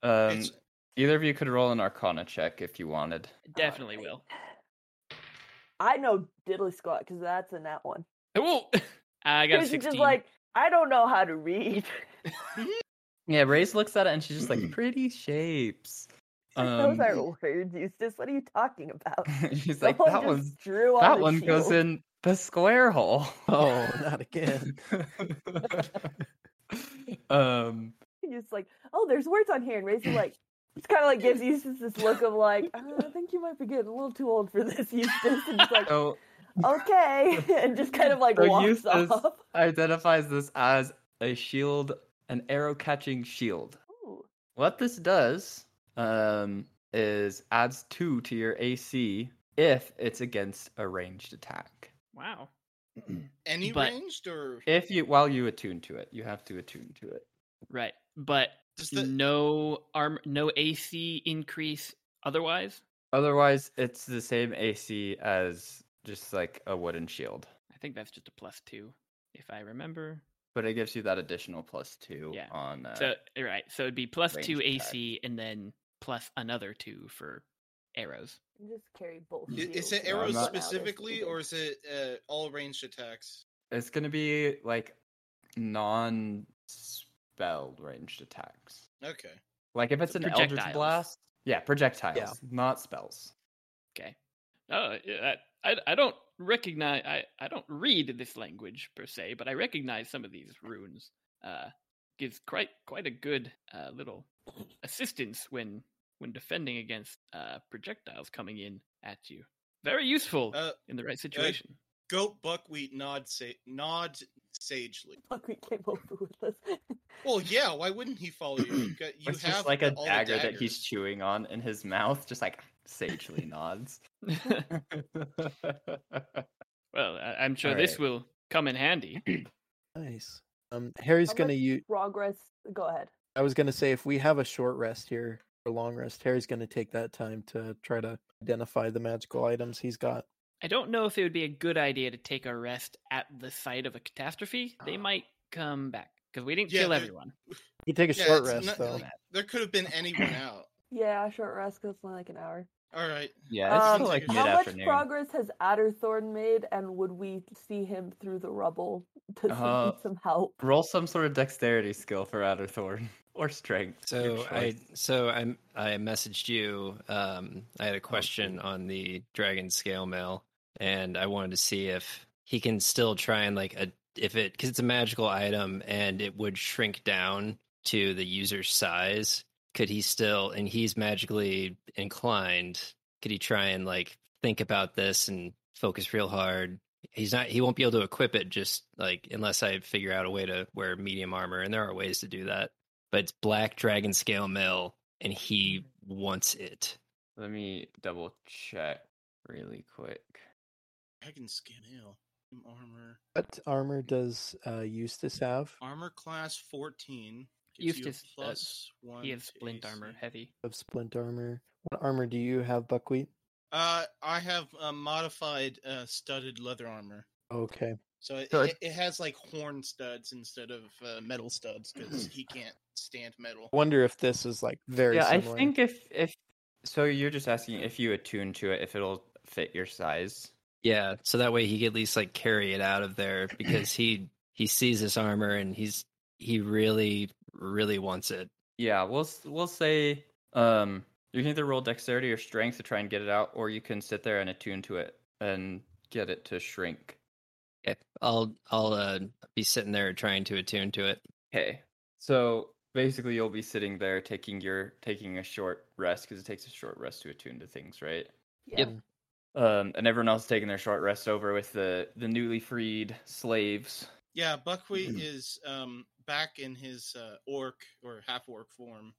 Um,
It's-
either of you could roll an Arcana check if you wanted.
Definitely
Alright.
will.
I know diddly squat because that's in that one.
Whoa. Oh, I got a
Because she's
sixteen.
just like, I don't know how to read.
Yeah, Ray's looks at it and she's just like, pretty shapes.
Those
Um,
aren't words, Eustace. What are you talking about?
she's like,
Someone
that
just
one's
drew on
that
the
one goes
shield."
in the square hole.
Oh, not again.
um,
Just like, oh, there's words on here, and Ray's like, it's kind of like gives Eustace this look of like, "Uh, I think you might be getting a little too old for this, Eustace. And just like,
so
okay, and just kind of like
So
walks
Eustace-
off.
identifies this as a shield, an arrow catching shield.
Ooh,
What this does um, is adds two to your AC if it's against a ranged attack.
wow.
any
but-
ranged or
If you while you attune to it, you have to attune to it.
Right, but
does the
Mm. no arm, no AC increase. Otherwise,
Otherwise, it's the same AC as just like a wooden shield,
I think that's just a plus two, if I remember.
but it gives you that additional plus two
Yeah.
on. Uh,
So all right, so it'd be plus
range
two
attack.
AC and then plus another two for arrows.
you just carry both.
i- is
shields
it
around
I'm
arrows
not-
now, there's
specifically
two
or
big-
is it uh, all ranged attacks?
it's gonna be like non spell ranged attacks.
Okay.
Like if it's an Eldritch
Projectiles.
Blast, yeah, projectiles, not spells.
Okay. Uh, I, I, I don't recognize, I, I don't read this language per se, but I recognize some of these runes. Uh, gives quite quite a good uh, little assistance when when defending against uh, projectiles coming in at you. Very useful
Uh,
in the right situation.
Goat buckwheat nod sa- nod sagely.
Fuck, we came over with us.
Well, yeah. Why wouldn't he follow you? You, got, you
it's
have
just like a
all the
dagger that he's
daggers.
chewing on in his mouth, just like sagely nods.
well, I, I'm sure
All
this
right.
will come in handy.
Nice. Um, Harry's
How
gonna
much-
use.
Progress. Go ahead.
I was gonna say if we have a short rest here or long rest, Harry's gonna take that time to try to identify the magical items he's got.
I don't know if it would be a good idea to take a rest at the site of a catastrophe. They might come back because we didn't
Uh. Yeah,
kill
they're-
everyone.
You take a
Yeah,
short
it's
rest
not-
though.
like, there could have been anyone out.
Yeah, short rest. 'cause It's only like an hour.
All right.
yeah, it's
Um,
still like
How
mid
much
afternoon.
progress has Adderthorn made, and would we see him through the rubble to
Uh,
see some help?
Roll some sort of dexterity skill for Adderthorn or strength. your
So I
choice.
so I I messaged you. Um, I had a question on the dragon scale mail, and I wanted to see if he can still try and like a if it because it's a magical item and it would shrink down to the user's size. Could he still and he's magically inclined? Could he try and like think about this and focus real hard? He's not. He won't be able to equip it just like unless I figure out a way to wear medium armor, and there are ways to do that but it's black dragon scale mail and he wants it
Let me double check really quick.
Dragon skin ale. Armor.
What armor does uh, Eustace have?
Armor class fourteen. Gives you a
Eustace, uh,
plus one.
He has
to
splint armor,
AC.
heavy.
Of splint armor. What armor do you have, Buckwheat?
Uh, I have a modified uh, studded leather armor.
Okay.
So it,
So
it, it has like horn studs instead of uh, metal studs because he can't stand metal.
Wonder if this is like very
yeah,
similar.
I think if if so, you're just asking if you attune to it if it'll fit your size.
yeah so that way he could at least like carry it out of there because he he sees this armor and he's he really really wants it
Yeah, we'll s- we'll say um you can either roll dexterity or strength to try and get it out, or you can sit there and attune to it and get it to shrink.
okay. i'll i'll uh, be sitting there trying to attune to it
Okay. So basically, you'll be sitting there taking your taking a short rest because it takes a short rest to attune to things, right?
Yeah.
Um, and everyone else taking their short rest over with the the newly freed slaves.
Yeah, Buckwheat is um back in his uh, orc or half orc form.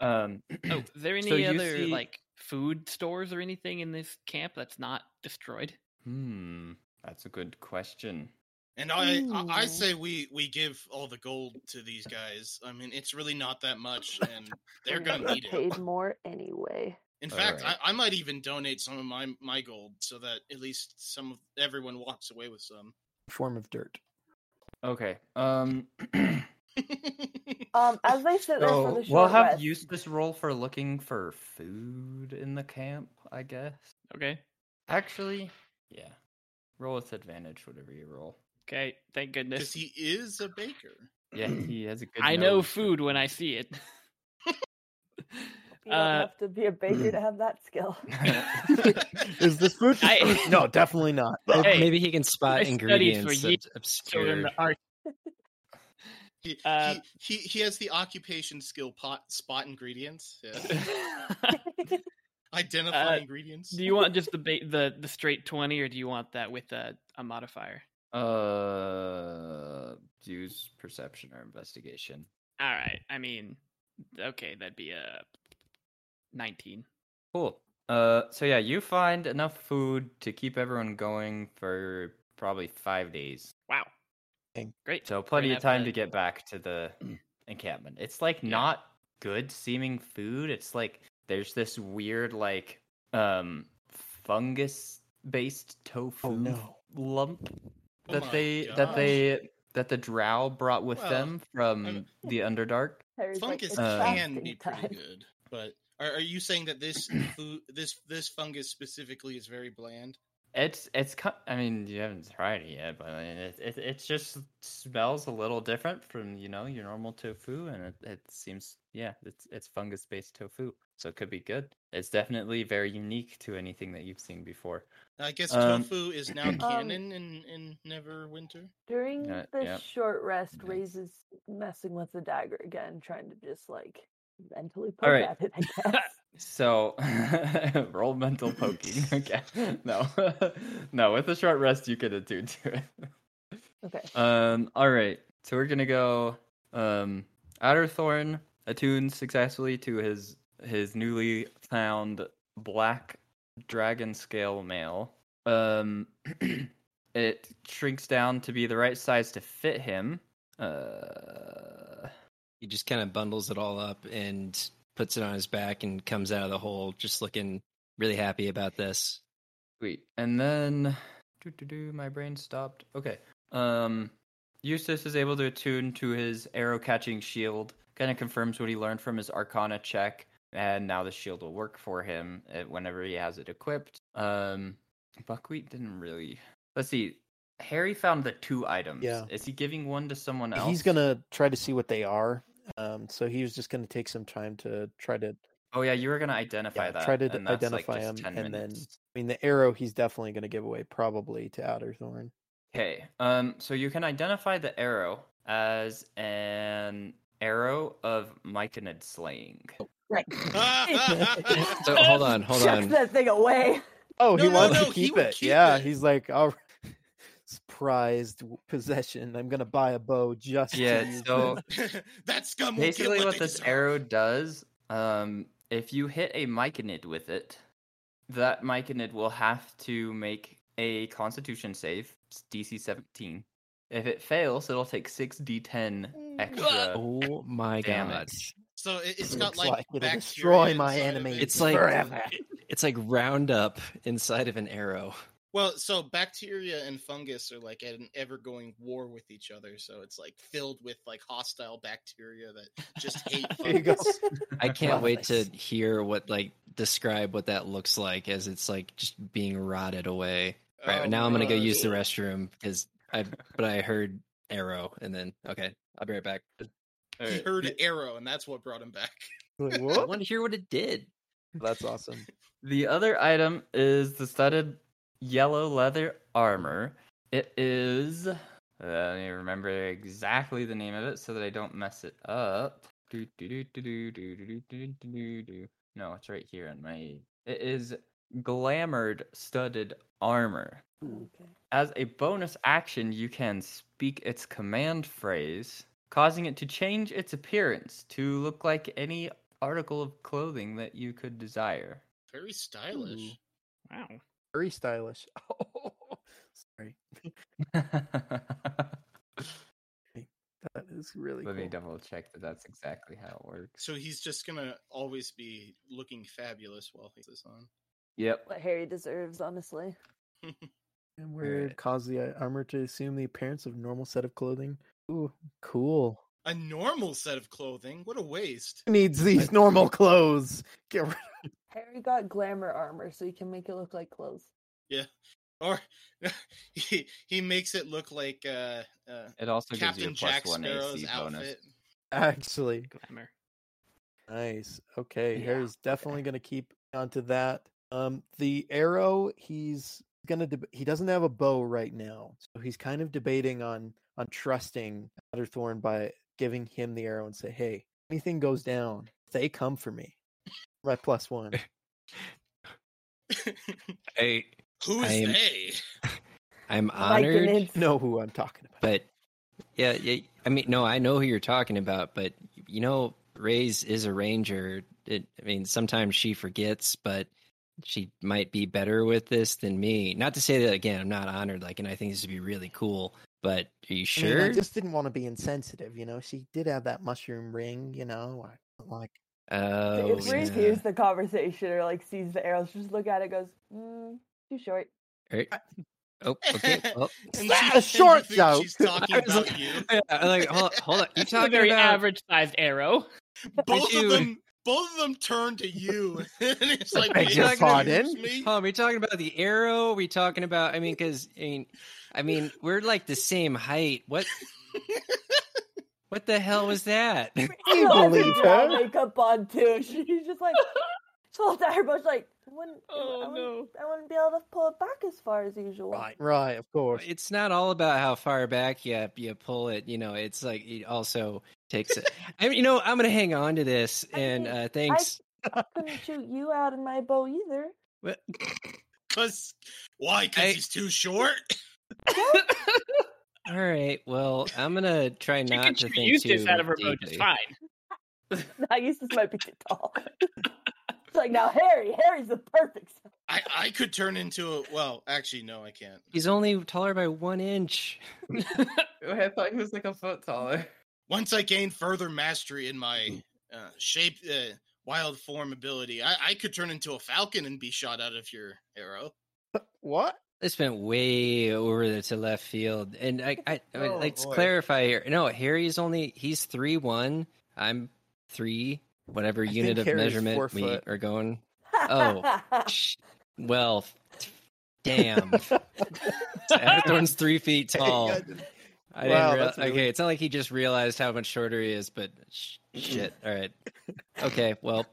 Um,
Oh, is there any
So you
other
see-
like food stores or anything in this camp that's not destroyed?
hmm, that's a good question.
And I, I I
Ooh.
say we we give all the gold to these guys. I mean, it's really not that much, and they're
We're not
gonna need
getting
it.
Paid more anyway.
In
All
fact,
right.
I, I might even donate some of my my gold so that at least some of everyone walks away with some.
form of dirt.
Okay. Um,
Um, as they sit there for
so
the short
Oh, we'll have
rest,
used this role for looking for food in the camp, I guess.
Okay.
Actually, yeah. Roll with advantage, whatever you roll.
Okay. Thank
Because
goodness.
he is a baker.
Yeah, he has a good.
I know
nose.
food when I see it.
you don't
uh,
have to be a baker to have that skill.
Is this food?
I-
no, definitely not.
Or
Hey,
maybe he can spot
I studied for
ingredients
years,
that's
children
obscure
are
He,
Uh,
he, he he has the occupation skill pot spot ingredients.
Uh,
Yeah.
do
Identify
Uh,
ingredients.
you want just the ba- the the straight twenty, or do you want that with a, a modifier?
Uh, use perception or investigation.
All right. I mean, okay, that'd be a nineteen.
Cool. Uh, so yeah, you find enough food to keep everyone going for probably five days.
Wow.
Dang.
Great.
So plenty of
enough
time
to-
to get back to the encampment. It's like
Yeah.
not good seeming food. It's like there's this weird like um fungus based tofu
no.
lump
Oh
that
my
they
gosh.
that they that the drow brought with
Well,
them from the underdark.
Harry's like,
fungus
"It's
Uh,
can
fasting
be
time."
pretty good, but are, are you saying that this food, this this fungus specifically, is very bland?
It's it's. ki- I mean, you haven't tried it yet, but I mean, it it it just smells a little different from you know your normal tofu, and it, it seems yeah, it's it's fungus based tofu, so it could be good. It's definitely very unique to anything that you've seen before.
I guess
Um,
tofu is now canon in in Neverwinter.
During
Yeah,
the
yeah.
short rest,
Yeah.
Raze is messing with the dagger again, trying to just like mentally poke
All right.
at it, I guess.
So roll mental poking. Okay, no, no. With a short rest, you could attune to it.
okay.
Um. All right. So we're gonna go. Um. Adderthorn attunes successfully to his his newly found black dragon scale male. Um. it shrinks down to be the right size to fit him. Uh.
He just kind of bundles it all up and puts it on his back and comes out of the hole just looking really happy about this.
Sweet. And then do do do my brain stopped. Okay. Um Eustace is able to attune to his arrow catching shield. Kind of confirms what he learned from his arcana check and now the shield will work for him uh, whenever he has it equipped. Um Buckwheat didn't really Let's see. Harry found the two items.
Yeah.
Is he giving one to someone else?
He's gonna try to see what they are. Um, so he was just gonna take some time to try to. I
Oh yeah, you were gonna identify
Yeah,
that.
try to d-
and that's
identify
like just
him
10
and then-
minutes.
mean, the arrow he's definitely gonna give away, probably to Outer Thorn.
Okay. Um. So you can identify the arrow as an arrow of Myconid slaying.
Right.
So hold on, hold
Chucks
on.
that thing away.
Oh, he
No, no,
wants
no,
to
he
keep
would
it.
keep
yeah,
it.
he's like, all right, it's prized w- possession. I'm gonna buy a bow just. to
Yeah.
use
So
it."
that scum will get
basically,
what,
what
they
this
deserve.
arrow does, um, if you hit a Myconid with it, that Myconid will have to make a Constitution save, it's DC 17. If it fails, it'll take six D10
Mm.
extra.
Oh my
Damn
god.
So it, it's got
Looks
like,
like it'll
bacteria
destroy my
inside of
enemy.
it.
It's like
Forever.
it's like roundup inside of an arrow.
well, so bacteria and fungus are like at an ever-going war with each other. So it's like filled with like hostile bacteria that just hate
There you go.
fungus.
I can't wait to
Nice.
hear what like describe what that looks like as it's like just being rotted away. All right,
Oh,
now I'm gonna go
man.
use the restroom because I but I heard arrow and then okay, I'll be right back.
He heard an arrow, and that's what brought him back.
Like,
I
what?
want to hear what it did.
That's awesome.
The other item is the studded yellow leather armor. It is. uh, Let me remember exactly the name of it so that I don't mess it up. Do, do, do, do, do, do, do, do, do, do, do, do. No, it's right here in my. It is glamored studded armor.
Okay.
As a bonus action, you can speak its command phrase, causing it to change its appearance to look like any article of clothing that you could desire.
Very stylish.
Ooh.
Wow.
Very stylish. Oh, sorry, that is really.
Let me
cool.
double check that that's exactly how it works.
So he's just gonna always be looking fabulous while he's this on.
Yep.
What Harry deserves, honestly.
And where
Alright.
cause the uh, armor to assume the appearance of normal set of clothing. Ooh, cool.
A normal set of clothing. What a waste.
Who needs these normal clothes? Get rid
Harry got glamour armor, so he can make it look like clothes.
Or he he makes it look like uh, uh
It also gives you a
Captain
plus
Jack
one
Sparrow's
AC bonus.
outfit.
Actually,
Glamour.
nice. Okay,
Yeah,
Harry's definitely going to keep onto that. Um, the arrow. He's gonna. Deb- he doesn't have a bow right now, so he's kind of debating on on trusting Adderthorn by giving him the arrow and say, "Hey, anything goes down, they come for me." My plus one.
I
Who is
I am-
they?
I'm
Like an
honored,
ins-
know who I'm talking about.
but yeah, yeah, I mean, no, I know who you're talking about, but you know, Ray's is a ranger. It, I mean, sometimes she forgets, but she might be better with this than me. Not to say that again, I'm not honored, like, and I think this would be really cool. But are
I
you
mean,
sure?
I just didn't want to be insensitive, you know. She did have that mushroom ring, you know. I don't like
Oh,
if Raze
yeah.
hears the conversation or like sees the arrows, just look at it, goes, mm, too short.
Right. Oh, okay. Well,
And
That
she-
is
and you
short,
think
though.
She's talking
I was
about
like-
you.
I'm like, hold, hold on.
This
You're
is a
talking
very
about
average sized arrow.
Both of
you-
them both of them turn to you, and it's like,
I
"Excuse
just pardon?
me?"
Tom, are we talking about the arrow? Are we talking about? I mean, because I mean, I mean, we're like the same height. What? what the hell was that?
You
Oh,
believe
she had
her?
makeup on too. She's just like, so all tired, but she's like, I wouldn't,
Oh,
I, wouldn't
no.
I wouldn't be able to pull it back as far as usual.
Right, right, of course.
It's not all about how far back you you pull it. You know, it's like it also takes. A, I mean, you know, I'm gonna hang on to this,
I
and
mean,
uh thanks.
Couldn't shoot you out in my bow either.
What-
Cause why? Cause
I-
he's too short.
all right, well, I'm gonna try
She can
not to
shoot
think too
Eustace out of her bow
deeply.
just fine.
Now Eustace might be too tall. It's like now Harry, Harry's the perfect. size.
I I could turn into a. Well, actually, no, I can't.
He's only taller by one inch.
I thought he was like a foot taller.
Once I gain further mastery in my
Mm-hmm.
uh, shape, uh, wild form ability, I, I could turn into a falcon and be shot out of your arrow.
What?
This went way over the, to left field, and I, I, I mean,
Oh,
let's
boy.
clarify here. No, Harry's only he's three one. I'm three. Whatever
think
unit of
Harry's four
measurement we
foot.
are going. Oh. Sh- Well, f- damn. Everyone's three feet tall. I didn't
Wow,
real-
that's really-
Okay, it's not like he just realized how much shorter he is, but sh- shit. All right. Okay, well,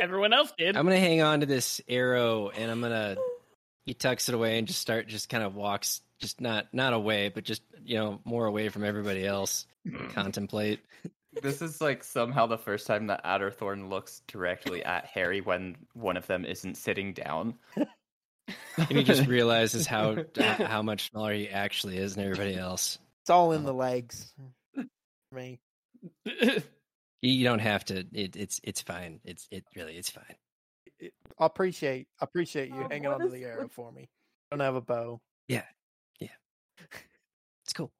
Everyone else did.
I'm gonna hang on to this arrow, and I'm gonna. He tucks it away and just start, just kind of walks, just not not away, but just you know more away from everybody else. Contemplate.
This is like somehow the first time that Adderthorn looks directly at Harry when one of them isn't sitting down.
And he just realizes how how much smaller he actually is than everybody else.
It's all in the legs. For me.
You you don't have to. It, it's it's fine. It's it really it's fine.
I appreciate I appreciate you
Um,
hanging
what
on to
is-
the arrow
what-
for me. Don't have a bow.
It's cool.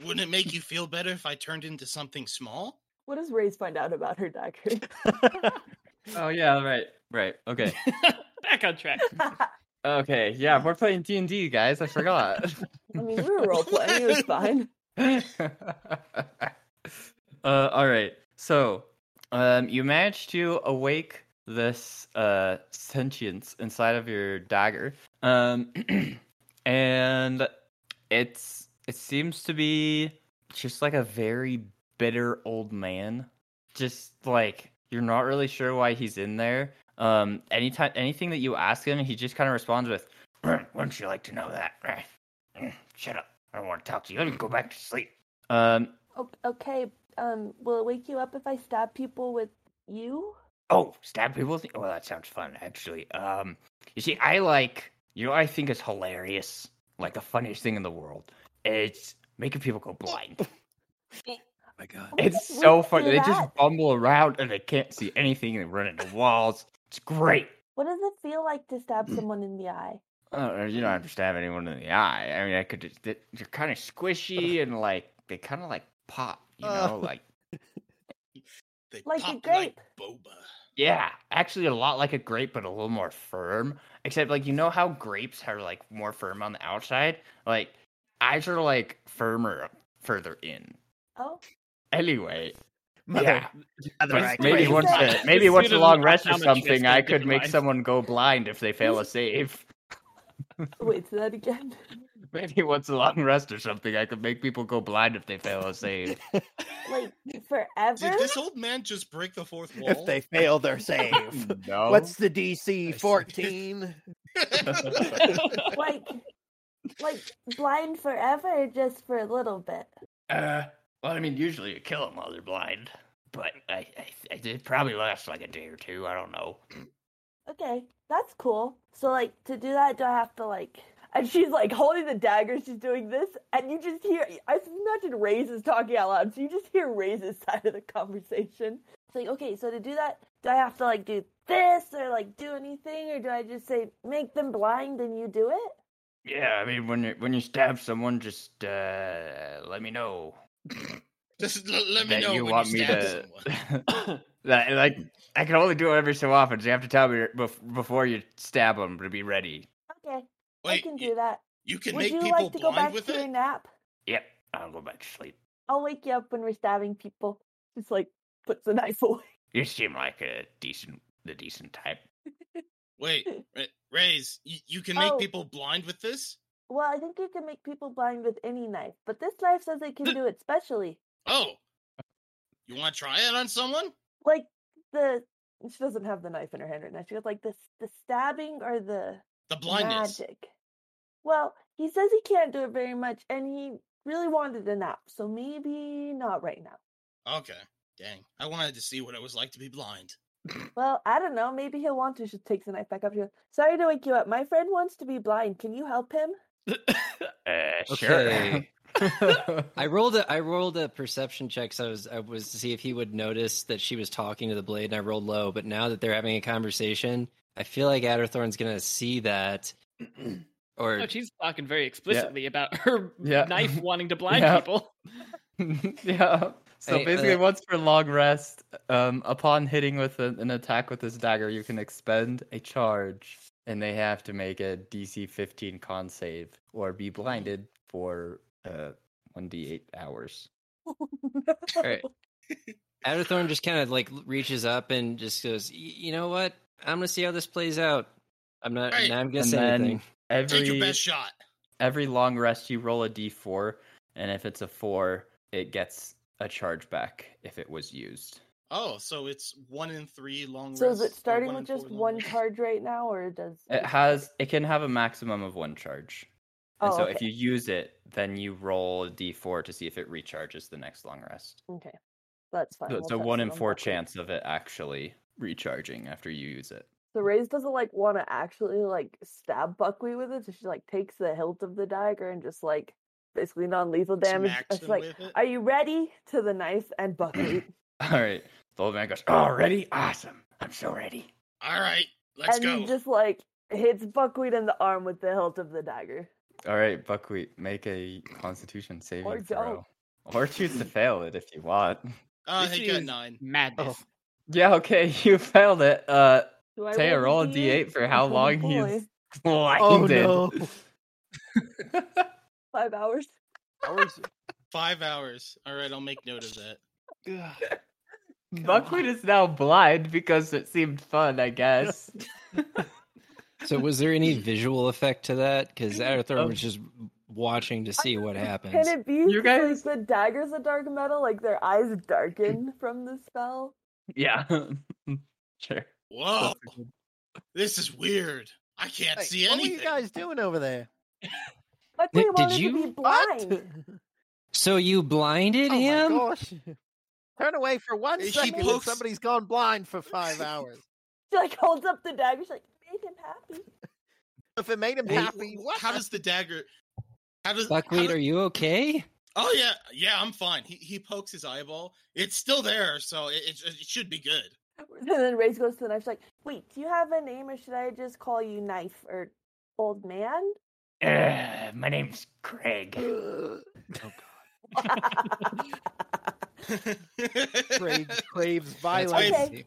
Wouldn't it make you feel better if I turned into something small?
what does Ray's find out about her dagger?
Oh yeah, right, right. Okay,
Back on track.
okay. Yeah, we're playing D and D, guys. I forgot.
I mean, we were role playing. It was fine.
uh, all right. So, um, you managed to awake this uh, sentience inside of your dagger, um, and it's it seems to be just like a very bitter old man. Just like you're not really sure why he's in there. Um, anytime anything that you ask him, he just kind of responds with, "Wouldn't you like to know that?" Shut up. I don't want to talk to you. Let me go back to sleep. Um.
O- okay, um, will it wake you up if I stab people with you?
Oh, stab people. with- Oh, that sounds fun, actually. Um. You see, I like you know. what I think is hilarious. Like the funniest thing in the world. It's making people go blind.
Oh my god.
We
It's
just
so
went
funny.
through
They just
that.
bumble around and they can't see anything. They run into walls. It's great.
What does it feel like to stab someone in the eye?
I don't know, you don't have to stab anyone in the eye. I mean, I could just. They, you're kind of squishy and like they kind of like pop. You
Uh.
know, like
They
Like a
pop
grape.
boba.
Yeah, actually a lot like a grape, but a little more firm. Except like you know how grapes are like more firm on the outside? Like eyes are like firmer up- further in.
Oh,
Anyway, yeah.
mother, I
Maybe
can't
once
say.
a, maybe
As
once
soon
a
as
long
an
rest or
optometrist
something, I
can
could make
define-
someone go blind if they fail a save.
wait, say that again.
Maybe once a long rest or something, I could make people go blind if they fail a save.
Like forever?
Did this old man just break the fourth wall?
If they fail their save.
No.
What's the DC
I see.
14?
like, like blind forever, or just for a little bit?
Uh, well, I mean, usually you kill them while they're blind, but I, I, it probably lasts like a day or two. I don't know.
Okay, that's cool. So, like, to do that, do I have to like? And she's like holding the dagger. She's doing this, and you just hear. I imagine Ray's is talking out loud, so you just hear Ray's side of the conversation. It's like, okay, so to do that, do I have to like do this or like do anything, or do I just say make them blind and you do it?
Yeah, I mean, when you when you stab someone, just uh, let me know
just l- let me
that
know
you
when
want me
you stab
to.
someone.
that, like, I can only do it every so often. So you have to tell me bef- before you stab them to be ready.
Okay, I
Wait,
can
you,
do that.
you can
Would
make
you
people
like to go
blind
back
with
to your
it.
nap?
Yep, I'll go back to sleep.
I'll wake you up when we're stabbing people. Just like puts the knife away.
You seem like a decent, the decent type.
Wait, Ra- Raze, you, you can make
Oh.
people blind with this?
Well, I think you can make people blind with any knife, but this knife says it can do it specially.
Oh, you want to try it on someone?
Like the she doesn't have the knife in her hand right now. She goes like the the stabbing or the
The blindness.
magic. Well, he says he can't do it very much, and he really wanted a nap, so maybe not right now.
Okay, dang, I wanted to see what it was like to be blind.
Well, I don't know. Maybe he'll want to. She takes the knife back up. She goes, "Sorry to wake you up. My friend wants to be blind. Can you help him?"
Uh, sure.
Okay. I rolled a I rolled a perception check so I was I was to see if he would notice that she was talking to the blade and I rolled low, but now that they're having a conversation, I feel like Adderthorn's gonna see that or
Oh, she's talking very explicitly about her
Yeah.
knife wanting to blind
Yeah.
people.
yeah. So
Hey, uh,
basically, once per long rest, um, upon hitting with an, an attack with this dagger, you can expend a charge, and they have to make a DC 15 con save or be blinded for uh 1d8 hours.
right. Adderthorn just kind of like reaches up and just goes, "Y- "You know what? I'm gonna see how this plays out. I'm not.
Right.
I'm gonna
And
say
then-
anything."
Every
Take your best shot.
every long rest, you roll a d4, and if it's a four, it gets a charge back if it was used.
Oh, so it's one in three long.
So is it
rests, or
starting
one
with
in four
just
long
one
rests?
charge right now, or does
It has it can have a maximum of one charge. And
Oh,
so
okay.
if you use it, then you roll a d4 to see if it recharges the next long rest.
okay, that's fine.
So
we'll
it's a
test
one
it
in
on
four
that one.
chance of it actually recharging after you use it.
So Ray's doesn't like want to actually like stab Buckwheat with it, so she like takes the hilt of the dagger and just like basically non-lethal damage.
Smacks
It's
him
like,
with it.
are you ready to the knife and Buckwheat?
All right. The old man goes, "All ready? Awesome. I'm so ready."
All right, let's
and
go.
he just like hits Buckwheat in the arm with the hilt of the dagger.
All right, Buckwheat, make a constitution saving
Or
throw.
don't.
Or choose to fail it if you want.
Uh,
This
he got
is-
nine.
Madness.
Yeah, okay, you failed it. Uh
Do I
Taya, roll a d8
D8?
for how
Oh,
long
boy.
he's blinded.
Oh no!
Five hours.
Hours-
Five hours. All right, I'll make note of that.
Buckwheat is now blind because it seemed fun, I guess.
So, was there any visual effect to that? Because Adderthorn
Um,
was just watching to see what
Can
happens.
it be
You
like,
guys-
the daggers of dark metal? Like their eyes darken from the spell.
yeah. sure.
Whoa, this is weird. I can't
Hey,
see
what
anything.
are you guys doing over there?
But
Nick,
they
did
wanted
you-
to be
What?
blind.
So you blinded
oh
him?
my gosh! Turn away for one
She
second. and
pokes-
Somebody's gone blind for five hours.
She like holds up the dagger. She's like, make him happy.
If it made him
Hey,
happy,
wh-
what?
How does the dagger? How does? how
Buckwheat,
do-
are you okay?
oh yeah, yeah, I'm fine. He he pokes his eyeball. It's still there, so it, it, it should be good.
And then Ray's goes to the knife. She's like, wait, do you have a name or should I just call you Knife or Old Man?
Uh, my name's Craig.
Craves, craves
That's
violence.
Okay.
crazy.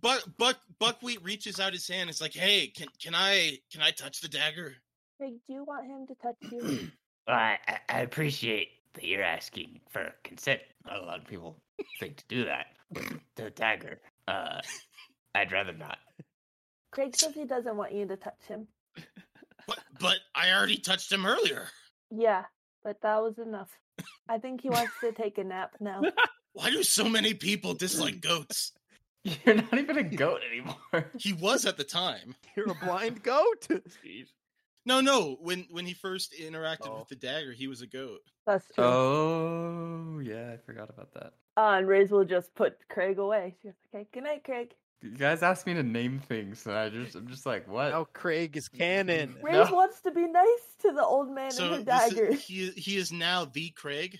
Buck Buck Buckwheat reaches out his hand. It's like, hey, can can I can I touch the dagger?
Craig, do you want him to touch you?
Well, I, I- I appreciate that you're asking for consent. Not a lot of people think to do that. the dagger. Uh, I'd rather not.
Craig says he doesn't want you to touch him.
But but I already touched him earlier.
Yeah, but that was enough. I think he wants to take a nap now.
Why do so many people dislike goats?
You're not even a goat anymore.
He was at the time.
You're a blind goat.
No, no. When when he first interacted
Oh.
with the dagger, he was a goat.
That's true.
Oh, yeah, I forgot about that.
Uh, and Ray's will just put Craig away. She goes, okay, good night, Craig.
You guys asked me to name things, and I just, I'm just like, what?
Now Oh, Craig is canon.
Ray wants to be nice to the old man
so
and her
this is-
dagger.
he he is now the Craig.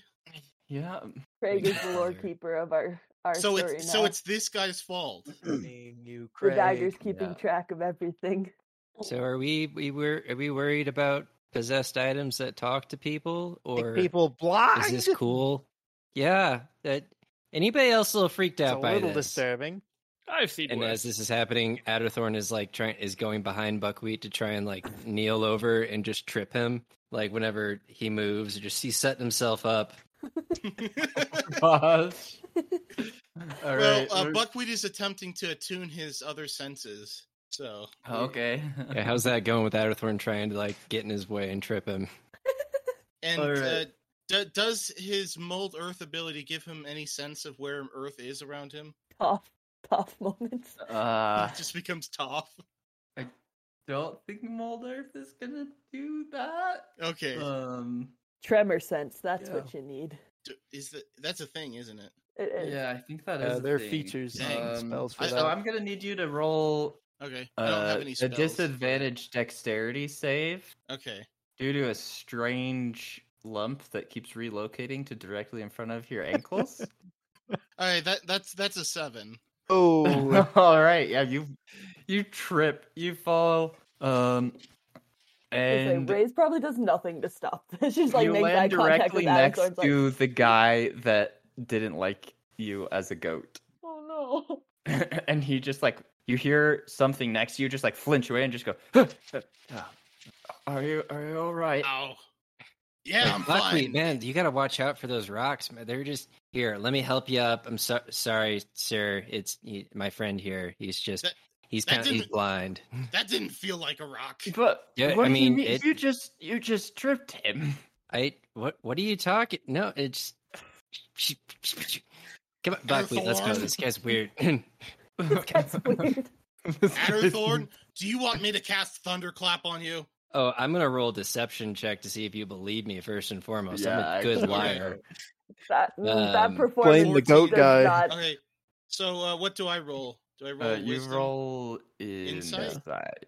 Yeah.
Craig is the lore
Father.
keeper of our our
so
story
it's
now.
so it's this guy's fault.
Seeing you,
the
Craig.
dagger's keeping
Yeah.
track of everything.
So are we? We were? Are we worried about possessed items that talk to people,
Make
or
people blind.
is this cool? Yeah. That anybody else a little freaked
It's a
out by
little
this?
disturbing.
I've seen
And as
worse.
this is happening, Adderthorn is like trying is going behind Buckwheat to try and like kneel over and just trip him. Like whenever he moves, or just he's setting himself up.
Gosh. All
well,
right,
uh,
we're-
Buckwheat is attempting to attune his other senses. So
Oh, okay.
Yeah, how's that going with Adderthorn trying to like get in his way and trip him?
And
All
uh,
right.
d- does his mold earth ability give him any sense of where earth is around him?
Tough, tough moments.
Uh,
It just becomes tough.
don't think Mold Earth is gonna do that.
Okay,
Um,
Tremor sense. That's
Yeah.
what you need.
d- is that that's a thing, isn't it?
It is.
yeah, I think that is.
Uh,
a
there are
thing. Um,
features
and
spells for
I-
that.
So I'm gonna need you to roll
Okay, I don't
uh,
have any
a
spells.
disadvantage dexterity save
Okay,
due to a strange lump that keeps relocating to directly in front of your ankles.
all right. That that's that's a seven.
Oh,
All right, yeah, you you trip, you fall, um,
It's like,
and
Ray's probably does nothing to stop this. She's like
you
makes eye
land
contact
directly
with
next
Alexorn's like,
to the guy that didn't like you as a goat,
oh no.
and he just like you hear something next to you, just like flinch away and just go. "Huh, huh, huh. Are you are you all right?
Ow. Yeah,
Like,
I'm
luckily,
fine.
man, you got to watch out for those rocks. Man. They're just here. Let me help you up. I'm so- sorry, sir. It's he, my friend here. He's just
That-
he's
that
kind he's
didn't-
blind.
That didn't feel like a rock.
But
Yeah,
what do
I
you
mean, it-
you just you just tripped him.
I what what are you talking? No, it's come on, Buckwheat. Let's go.
Adderthorn.
This guy's weird.
That's weird.
Adderthorn, do you want me to cast thunderclap on you?
oh, I'm gonna roll a deception check to see if you believe me. First and foremost, I'm a
I-
good
okay.
liar.
That mm, that
Um,
performance.
Blame the goat
does
guy.
not-
Okay, so uh, what do I roll? Do I roll?
Uh, you
wisdom?
roll
Insight?
insight,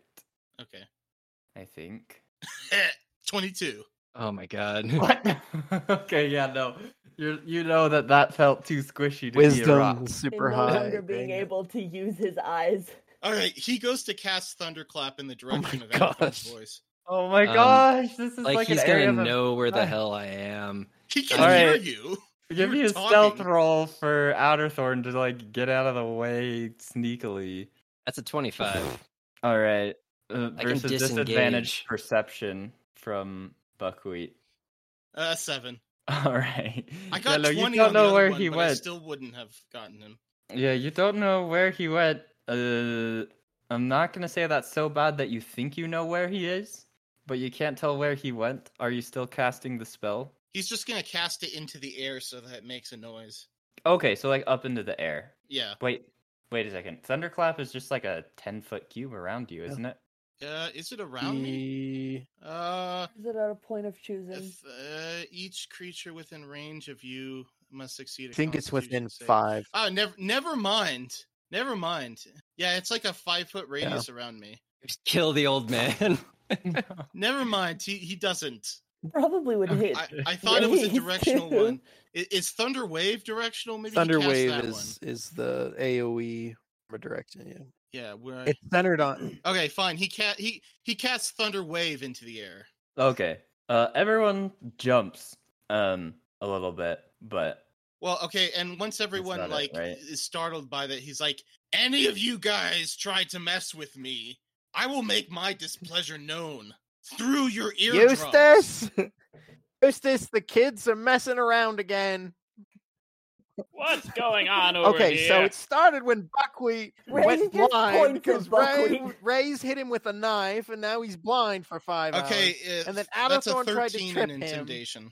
Okay,
I think.
twenty-two.
Oh my god.
What? okay, yeah, no. You you know that that felt too squishy to be a rock.
wisdom
and
super
no
high.
longer being
Dang it.
able to use his eyes.
All right, he goes to cast thunderclap in the
my
direction of Adderthorn's
gosh.
voice.
Oh my
Um,
gosh, this is
Like,
like,
he's
an area
gonna
of a-
know where the
Ah.
hell I am.
He can
All
hear
right.
you.
Give
were
me a
talking.
stealth roll for Outerthorn to like get out of the way sneakily.
That's a 25.
All right. Uh,
I can
versus disadvantage
disengage.
perception from Buckwheat.
Uh, seven.
All right.
I got
yeah, no,
twenty.
you don't
on the
know
other
where
one,
he
but I
went.
still wouldn't have gotten him.
Yeah, you don't know where he went. Uh, I'm not gonna say that's so bad that you think you know where he is, but you can't tell where he went. Are you still casting the spell?
He's just gonna cast it into the air so that it makes a noise.
Okay, so like up into the air.
Yeah.
Wait, wait a second. Thunderclap is just like a ten foot cube around you,
Yeah.
isn't it?
Uh, is it around me?
Mm.
Uh,
Is it at a point of choosing?
if, uh, each creature within range of you must succeed.
I
a
think it's
Constitution
within
save.
five.
Oh, never, never mind. Never mind. Yeah, it's like a five foot radius around me.
Just kill the old man.
Never mind. He he doesn't.
Probably would hit.
I, I thought it was a
Please
directional
do.
one. Is, is Thunder Wave directional? Maybe he
Thunder
cast
Wave
that
is is the AOE from a direction. Yeah,
one. Yeah, where I-
it's centered
Oh,
on.
Okay, fine. He cat he he casts Thunder Wave into the air.
Okay. Uh, everyone jumps um a little bit, but
Well, okay, and once
not
everyone
it,
like
right?
is startled by that, he's like, "Any of you guys try to mess with me, I will make my displeasure known through your eardrums."
Eustace, Eustace, the kids are messing around again.
What's going
Oh,
on over
Okay,
here?
so it started when Buckwheat
Ray
went
just
blind
points at
because Ray,
Buckwheat.
Ray's hit him with a knife, and now he's blind for five
Okay,
hours.
uh,
And then
that's a
Adderthorn tried to
thirteen
trip him.
in intimidation.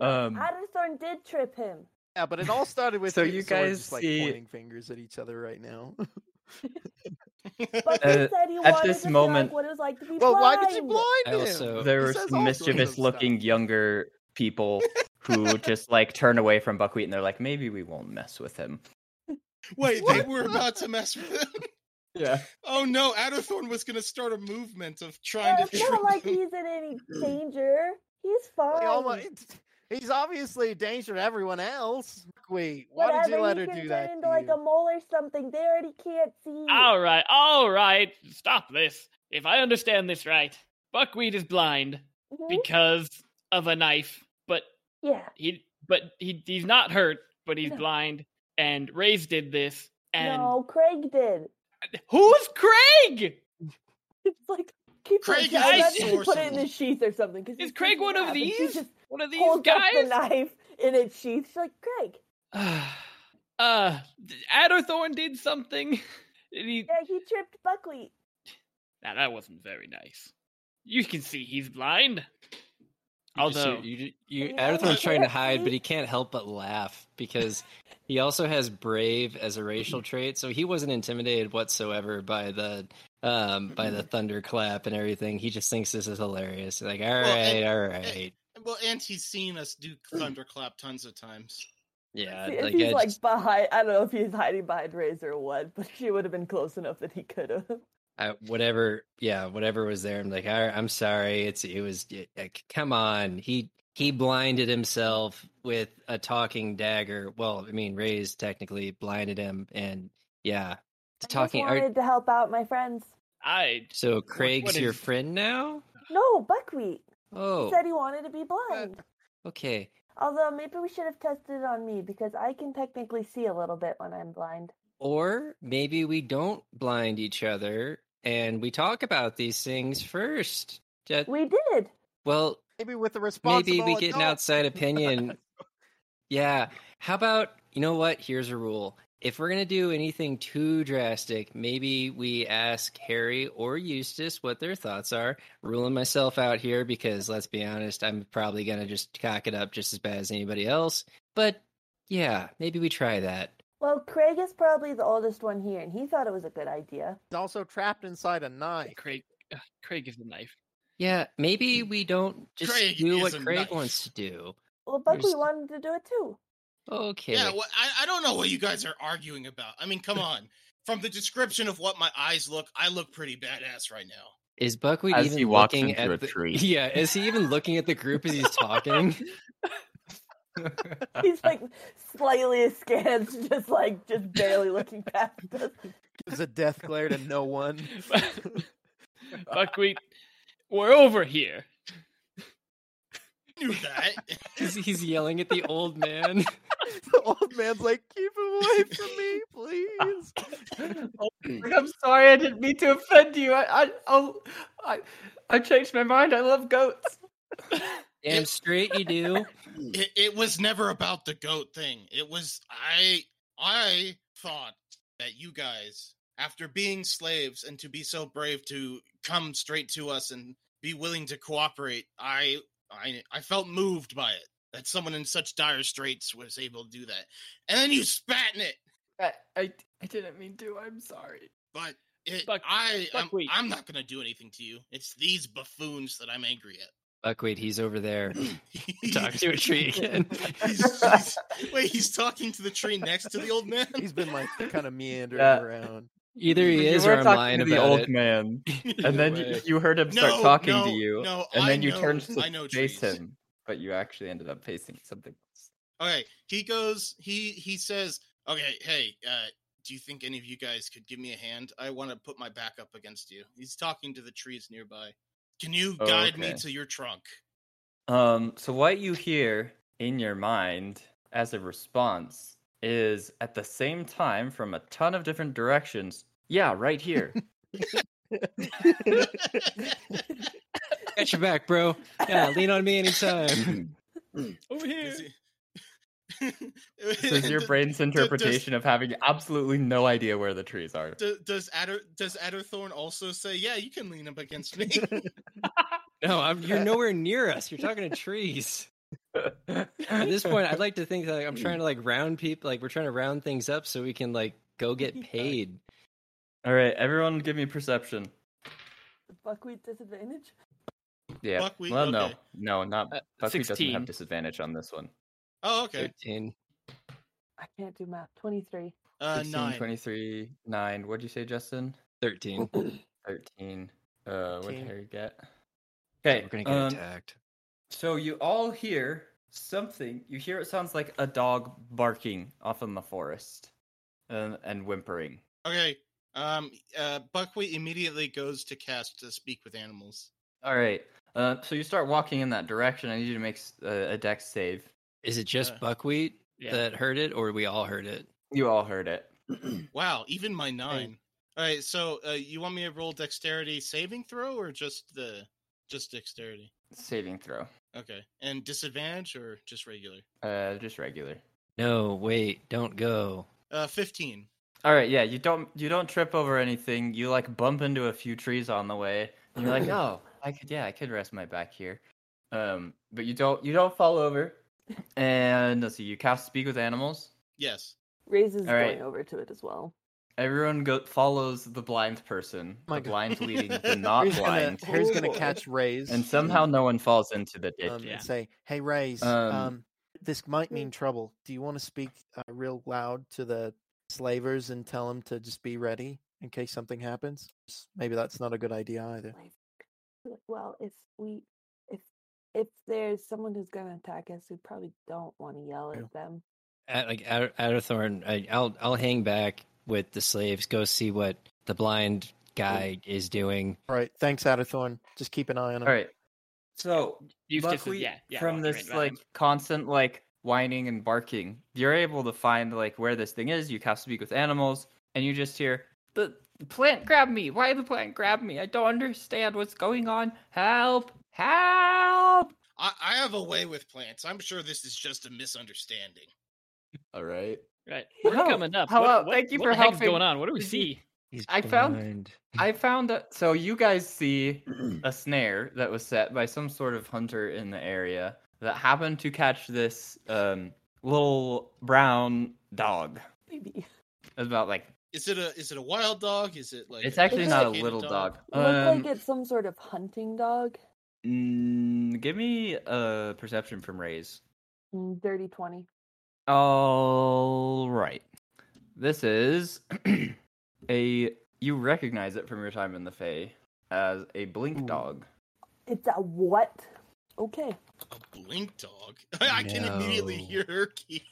um,
Adderthorn did trip him.
Yeah, but it all started with
So
him,
you
we're
guys
just, like
see-
pointing fingers at each other right now.
But
Uh,
he said he
at
wanted
this
to feel
moment-
like what it was like to be
well,
blind.
why did you blind
I
him?
also-
there
He
were
says all
some
sorts of
mischievous
stuff.
looking younger people who just like turn away from buckwheat and they're like maybe we won't mess with him
Wait, they
What?
were about to mess with him.
yeah
Oh no, Adderthorn was going to start a movement of trying to
it's
trip
not like
him.
he's in any
Mm.
danger. He's fine.
Like, oh my- it's- he's obviously a danger to everyone else. Wait, why
Whatever,
did you let
he
her
can
do
turn
that?
into
to
like
you?
a mole or something. They already can't see.
All right, all right. Stop this. If I understand this right, Buckwheat is blind
Mhm.
because of a knife, but
Yeah.
he but he he's not hurt, but he's
No.
blind. And Raves did this. And
No, Craig did.
who's Craig?
It's like keep
Craig
Craig
is
a
put it in
sorcerer.
his sheath or something. 'cause
Is
he's
Craig
freaking
one of
out, and she
these?
just
One of these
holds up the
guys?
knife in its sheath. She's like, Craig,
Uh, Adderthorn did something. and he,
Yeah, he tripped Buckley.
nah, that wasn't very nice. You can see he's blind.
You just-
Although-
you, you, you
Yeah,
Adderthorn's trying to hide,
see?
but he can't help but laugh because he also has brave as a racial trait, so he wasn't intimidated whatsoever by the um by
Mm-hmm.
the thunderclap and everything. He just thinks this is hilarious. Like, all right,
and-
all right,
Well, and he's seen us do thunderclap tons of times.
Uh,
yeah.
if
Like,
he's
I
like
just-
behind, I don't know if he's hiding behind Razor or what, but she would have been close enough that he could have.
I, whatever, yeah, whatever was there. I'm like, all right, I'm sorry. It's it was. Like, come on, he he blinded himself with a talking dagger. Well, I mean, Ray's technically blinded him, and yeah, the talking.
I
are-
just wanted to help out my friends.
I
So Craig's
what
your
is-
friend now?
No, Buckwheat
Oh,
He said he wanted to be blind.
okay.
Although maybe we should have tested it on me because I can technically see a little bit when I'm blind.
Or maybe we don't blind each other and we talk about these things first. That-
We did.
well,
Maybe with the responsible.
maybe we get an
adult.
outside opinion. yeah. How about you know what? Here's a rule. If we're gonna do anything too drastic, maybe we ask Harry or Eustace what their thoughts are. Ruling myself out here because let's be honest, I'm probably gonna just cock it up just as bad as anybody else. But yeah, maybe we try that.
Well, Craig is probably the oldest one here, and he thought it was a good idea.
He's also trapped inside a knife.
Craig. Uh, Craig is the knife.
Yeah, maybe we don't just
Craig
do what
is a
Craig
knife.
wants to do.
Well, Buckley
Understand.
wanted to do it too.
Okay.
Yeah, well, I, I don't know what you guys are arguing about. I mean, come on. From the description of what my eyes look, I look pretty badass right now.
is Buckwheat
As
even
he walks
looking
into
at
a
the-
tree.
Yeah, is he even looking at the group as he's talking?
He's like slightly askance, just like just barely looking past us.
Gives a death glare to no one.
Buckwheat, we're over here.
Knew that.
he's, he's yelling at the old man.
the old man's like, "Keep him away from me, please."
Oh, I'm sorry, I didn't mean to offend you. I, I, I'll, I, I changed my mind. I love goats.
Damn straight you do.
it, it was never about the goat thing. It was I I thought that you guys, after being slaves and to be so brave to come straight to us and be willing to cooperate, I I I felt moved by it. That someone in such dire straits was able to do that. And then you spat in it.
I, I, I didn't mean to. I'm sorry.
But it,
Buck-
I I'm,
buckwheat.
I'm not gonna do anything to you. It's these buffoons that I'm angry at.
Buckwheat, he's over there. Talk to a tree again.
He's- he's- wait, he's talking to the tree next to the old man.
He's been like kind of meandering
Yeah.
around.
Either he
You
is
were
or I'm
talking
lying
to the
about
old
it.
man,
Either
and then you,
way.
you heard him start talking to you,
no,
and
I
then you
know-
turned to
I know
face
trees.
him, but you actually ended up facing something. else.
Okay, he goes. He he says, "Okay, hey, uh, do you think any of you guys could give me a hand? I want to put my back up against you." He's talking to the trees nearby. Can you
Oh,
guide me
okay.
to your trunk?
Um, so what you hear in your mind as a response is at the same time from a ton of different directions. Yeah, right here.
Got your back, bro. Yeah, lean on me anytime.
Over here.
Does he-
This is your
Does-
brain's
does-
interpretation of having absolutely no idea where the trees are.
Does does Adder does Adderthorn also say, "Yeah, you can lean up against me"?
No, I'm, you're nowhere near us. You're talking to trees. At this point, I'd like to think that like, I'm trying to like round people, like we're trying to round things up so we can like go get paid.
All right, everyone, give me perception.
Buckwheat disadvantage.
Yeah.
Buckwheat,
well, no,
okay.
no, not
Uh,
Buckwheat doesn't
16.
have disadvantage on this one.
oh, okay.
Thirteen.
I can't do math. Twenty-three.
Uh,
16,
nine.
23, 9. What'd you say, Justin?
Thirteen. We're
13. Uh, what'd
13.
Harry get? Okay.
gonna get
um,
attacked.
So you all hear something. You hear it sounds like a dog barking off in the forest um, and whimpering.
Okay. Um. Uh. Buckwheat immediately goes to cast to speak with animals.
All right. Uh, so you start walking in that direction. I need you to make s- uh, a dex save.
Is it just
uh,
buckwheat
yeah.
that heard it, or we all heard it?
You all heard it.
Wow, even my nine. All right, so uh, you want me to roll dexterity saving throw or just the just dexterity?
Saving throw.
Okay, and disadvantage or just regular?
Uh, just regular.
No, wait, don't go.
Uh, 15.
All right, yeah, you don't you don't trip over anything. You like bump into a few trees on the way. And you're like, "Oh, I could yeah, I could rest my back here." Um, but you don't you don't fall over. And let's see, you cast speak with animals.
Yes.
Raises
All right.
going over to it as well.
Everyone go- follows the blind person.
Oh My
the
God.
blind leading the not
Harry's gonna,
blind.
Harry's gonna
Ooh.
catch Ray's
And somehow no one falls into the ditch.
um,
yeah.
and say, "Hey, Ray's, um,
Um,
this might mean trouble. Do you want to speak uh, real loud to the slavers and tell them to just be ready in case something happens? S- Maybe that's not a good idea either."
Like, well, if we, if if there's someone who's going to attack us, we probably don't want to yell
True.
at them.
At, like out, out of Thorn, I, I'll I'll hang back with the slaves. Go see what the blind guy is doing.
All right, thanks, Adathorn. Just keep an eye on him.
All right. So,
Eustace is-
luckily,
yeah, yeah,
from
walking
this
right behind
like
him.
constant like whining and barking, you're able to find like where this thing is. You cast speak with animals, and you just hear the plant grab me. Why the plant grab me? I don't understand what's going on. Help! Help!
I, I have a way with plants. I'm sure this is just a misunderstanding.
All right.
Right.
Yo,
We're coming up.
hello,
What, what,
thank you
what
for
the heck's
helping.
going on? What do we
Did you-
see?
He's
I found-
blind.
I found a, so you guys see a snare that was set by some sort of hunter in the area that happened to catch this um, little brown dog.
Maybe
It's about like
Is it a is it a wild dog? Is it like
it's
a
actually not a
domesticated
little dog.
look
Um,
like it's some sort of hunting dog.
mm, give me a perception from Rays.
Mm, Dirty twenty.
All right, this is a you recognize it from your time in the Fey as a blink
Ooh.
dog.
It's a what? Okay.
A blink dog. I can immediately
No.
hear her key.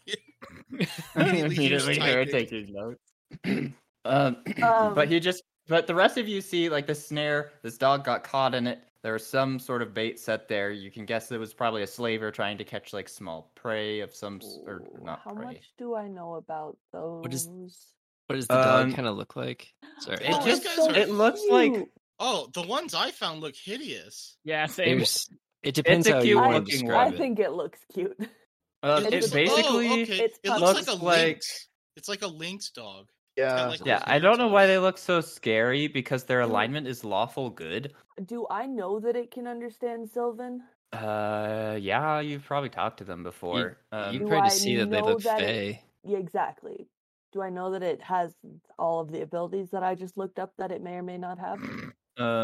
Immediately he was
immediately her
typing.
taking notes. um,
Um,
but he just, but the rest of you see like the snare. This dog got caught in it. There was some sort of bait set there. You can guess it was probably a slaver trying to catch like small prey of some s- or
Ooh,
not
how
prey.
much do I know about those?
is- What does the
Um,
dog kind of look like? Sorry,
It
It
these
just,
guys are
it looks like
cute.
Oh, the ones I found look hideous.
Yeah, same.
There's- it depends
a
how you
cute
want to
looking
describe
I
it.
think it looks cute.
uh,
It
it,
looks-
basically.
Um, oh, okay.
It's
it looks like
puffed.
a
looks like-
lynx. It's like a lynx dog.
Yeah.
Uh,
Kinda like
Yeah,
those
I don't know
lynx
why
dogs.
they look so scary because their
Mm.
alignment is lawful good.
Do I know that it can understand Sylvan?
Uh, yeah, you've probably talked to them before.
you
Um,
can
Do
probably
I
see that they
know
look
that it-
fey.
Yeah, exactly. Do I know that it has all of the abilities that I just looked up that it may or may not have?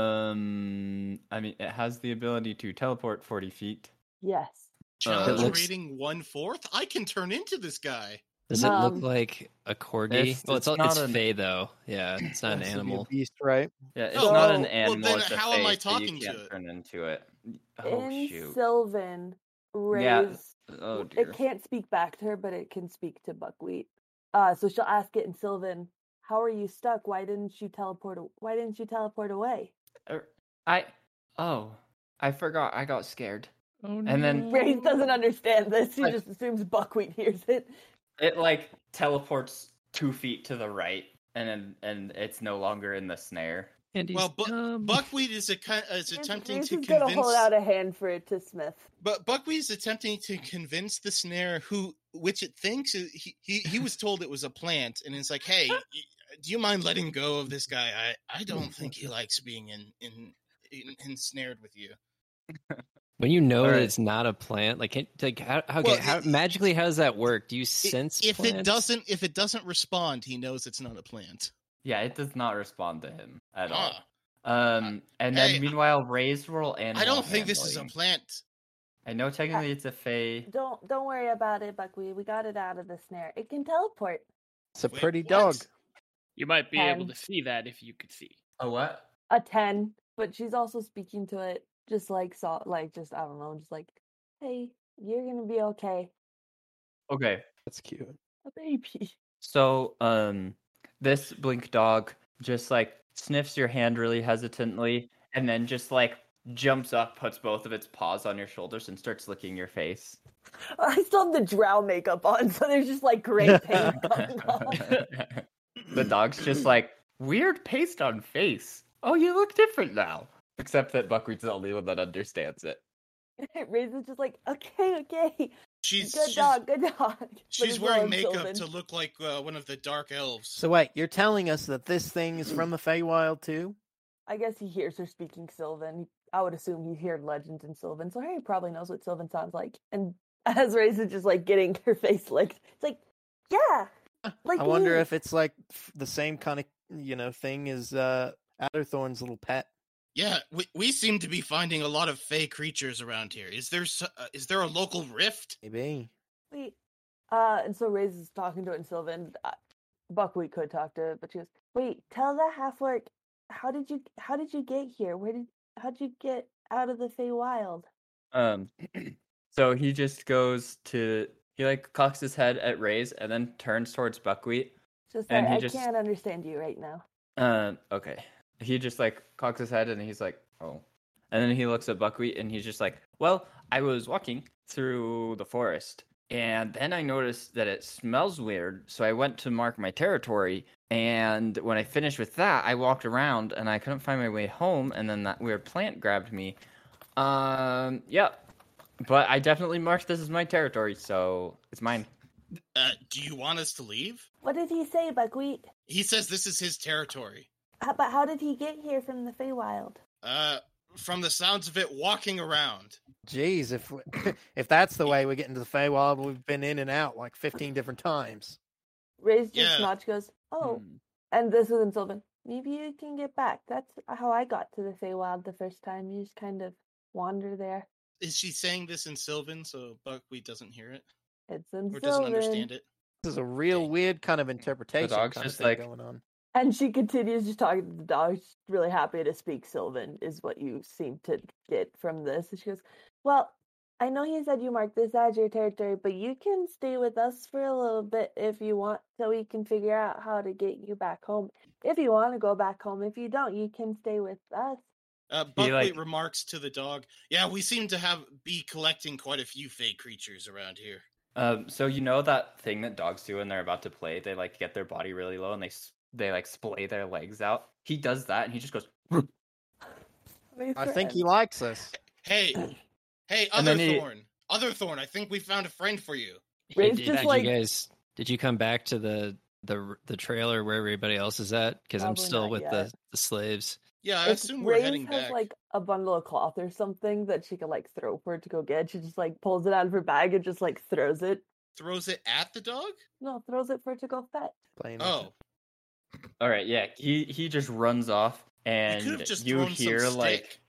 um, I mean, it has the ability to teleport forty feet.
Yes.
uh,
Challenge
it looks-
rating one fourth. I can turn into this guy.
Does it
Um,
look like a corgi?
it's-
well, it's,
it's
all- it's
not an-
fey though. Yeah, it's not an
Has to be a
animal.
beast, right?
Yeah, it's
No,
not
well,
an
then
animal. it's a
how am I
face, so you
talking to
can't
it?
Turn into it. Oh
In
shoot! Yeah,
Sylvan, Ray's
oh
w-
dear.
it can't speak back to her, but it can speak to Buckwheat. Uh, so she'll ask it in Sylvan, "How are you stuck? Why didn't you teleport? a- Why didn't you teleport away?"
Er, I oh I forgot. I got scared.
Oh,
and then-
Ray doesn't understand this. He
I-
just assumes Buckwheat hears it.
It like teleports two feet to the right, and then and it's no longer in the snare.
And he's
Well, bu-
dumb.
Buckwheat is, a, is
He's-
attempting
he's
to
just gonna hold
convince
out a hand for it to Smith.
But Buckwheat's attempting to convince the snare who, which it thinks is- he, he, he was told it was a plant, and it's like, hey, y- do you mind letting go of this guy? I, I
Mm.
don't think he likes being in, in, in ensnared with you.
when you know
All
that
right.
it's not a plant, like, it, like how, how-
Well,
okay, how
it-
magically how does that work? Do you
I-
sense
if it
plants?
doesn't if it doesn't respond, he knows it's not a plant. Ah,
Yeah, it does not respond to him at all.
Huh.
Um, and then
hey, I-
meanwhile, Ray's roll animal.
I don't think this is a
handling.
plant.
I know technically it's a fey.
Don't don't worry about it, Buckwheat. We got it out of the snare. It can teleport.
It's a
Wait,
pretty
what?
dog.
you might be able
Ten.
to see that if you could see.
A what?
A ten, but she's also speaking to it, just like saw, like just I don't know, just like, hey, you're gonna be okay,
Okay,
That's cute.
a baby.
So, um, this blink dog just like sniffs your hand really hesitantly and then just like jumps up, puts both of its paws on your shoulders, and starts licking your face.
I still have the drow makeup on, so there's just like gray paint coming off.
the dog's just like, weird paste on face. Oh, you look different now. Except that Buckwheat's the only one that understands it.
Raisin's just like, okay, okay.
She's
Good
she's,
dog, good dog. But
she's
it's
wearing
Rowan
makeup
Silvan.
to look like uh, one of the dark elves.
So wait, you're telling us that this thing is from the Feywild too?
I guess he hears her speaking Sylvan. I would assume he heard legends in Sylvan, so Harry probably knows what Sylvan sounds like. And as Ray's is just like getting her face licked, it's like, yeah. Like
I wonder
me.
if it's like f- the same kind of you know thing as uh, Adderthorn's little pet.
Yeah, we, we seem to be finding a lot of fey creatures around here. Is there s- uh, is there a local rift?
Maybe.
Wait. Uh, and so Ray's is talking to it in Sylvan. Uh, Buckwheat could talk to it, but she goes, "Wait, tell that half orc, how did you how did you get here? Where did how did you get out of the Feywild?"
Um, so he just goes to he like cocks his head at Ray's and then turns towards Buckwheat.
Just
And
that
he
I
just-
can't understand you right now.
Um, okay. He just like cocks his head and he's like, oh. And then he looks at Buckwheat and he's just like, well, I was walking through the forest and then I noticed that it smells weird. So I went to mark my territory. And when I finished with that, I walked around and I couldn't find my way home. And then that weird plant grabbed me. Um, yeah. But I definitely marked this as my territory. So it's mine.
Uh, do you want us to leave?
What did he say, Buckwheat?
He says this is his territory.
How, but how did he get here from the Feywild?
Uh, from the sounds of it, walking around.
Jeez, if we, if that's the way we get into the Feywild, we've been in and out like 15 different times.
Ray's
Yeah.
just notch goes, "Oh,"
Hmm.
and this is in Sylvan. Maybe you can get back. That's how I got to the Feywild the first time. You just kind of wander there.
Is she saying this in Sylvan so Buckwheat doesn't hear it
It's in
or
Sylvan.
doesn't understand it?
This is a real
Dang.
weird kind of interpretation
dog's
kind of
just
thing
like-
going on.
And she continues just talking to the dog. She's really happy to speak Sylvan, is what you seem to get from this. And she goes, Well, I know he said you marked this as your territory, but you can stay with us for a little bit if you want, so we can figure out how to get you back home. If you want to go back home, if you don't, you can stay with us.
Uh, Buckwheat
like-
remarks to the dog, "Yeah, we seem to have be collecting quite a few fey creatures around here."
Um, so you know that thing that dogs do when they're about to play? They like get their body really low and they s- they like splay their legs out. He does that and he just goes, "Ruh."
I think he likes us.
Hey, hey,
Uh, And then he-
Otherthorn, Otherthorn, I think we found a friend for you.
Ray's
did,
just
did
like-
you guys did you come back to the the the trailer where everybody else is at? Because I'm
Probably
still
not
with the,
yet.
the slaves.
Yeah, I
If
assume we're
Ray's
heading
has
back.
like a bundle of cloth or something that she could like throw for it to go get. She just like pulls it out of her bag and just like throws it.
Throws it at the dog.
No, throws it for it to go fetch.
Playing with
Oh,
it.
all right, yeah. He he just runs off
I could
and
have just
you
thrown
hear
some
like
stick.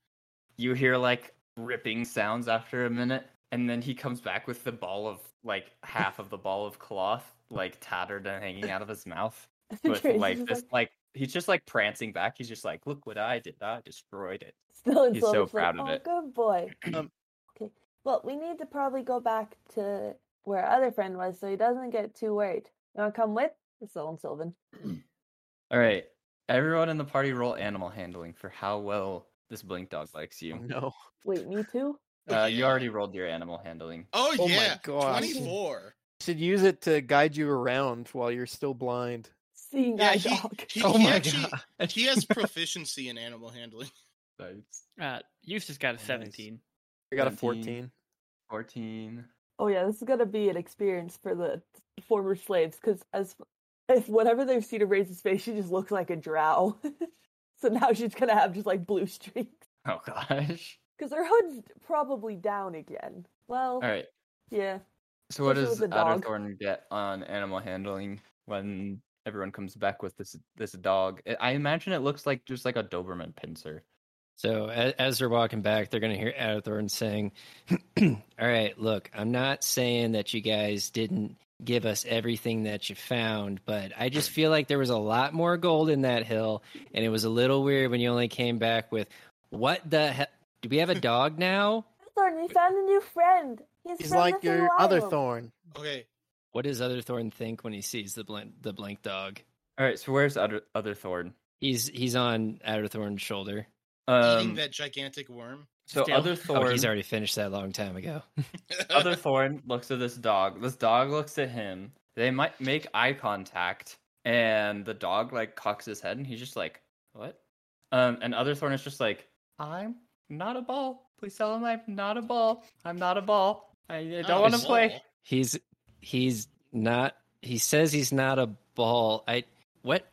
you hear like ripping sounds after a minute and then he comes back with the ball of like half of the ball of cloth like tattered and hanging out of his mouth with
Ray's
like
just
this like he's just like prancing back. He's just like, look what I did. I destroyed it.
Still in
He's so
Silver's
proud of
like,
it.
Oh, good boy.
Um,
okay. Well, we need to probably go back to where our other friend was, so he doesn't get too worried. You want to come with? It's all in Sylvan.
All right. Everyone in the party roll animal handling for how well this blink dog likes
Oh,
you.
no.
Wait, me too.
Uh, you
Yeah.
already rolled your animal handling.
Oh,
Oh my
yeah,
gosh.
twenty-four.
Should use it to guide you around while you're still blind.
Seeing
Yeah,
eye
he,
dog.
he,
Oh
he
my
actually,
god!
he has proficiency in animal handling.
Uh, Eustace got a
nice.
17.
I got a
17.
14.
14.
Oh yeah, this is gonna be an experience for the former slaves because as if whenever they've seen a raise's face, she just looks like a drow. so now she's gonna have just like blue streaks
Oh, gosh.
because her hood's probably down again. Well,
All right.
yeah.
So, what
Especially
does
with the dog.
Adderthorn get on animal handling when everyone comes back with this this dog? I- I imagine it looks like just like a Doberman pincer.
So as, as they're walking back, they're going to hear Adathorn saying, "All right, look, I'm not saying that you guys didn't give us everything that you found, but I just feel like there was a lot more gold in that hill, and it was a little weird when you only came back with what the hell? Do we have a dog now?
Thorn, we found a new friend. He's,
He's
from
like
the
your other
Feywild.
thorn.
Okay,
What does Otherthorn think when he sees the blank the blank dog?
All right. So, where's Other Otherthorn?
He's he's on Adathorn's shoulder.
eating
Um,
that gigantic worm.
so,
still.
Oh, he's
Otherthorn.
already finished that a long time ago.
other thorn looks at this dog this dog looks at him they might make eye contact and the dog like cocks his head and he's just like what um and other thorn is just like i'm not a ball please tell him i'm not a ball i'm not a ball I, I
Not
don't
a
want to
ball.
play.
He's he's not he says he's not a ball. I what?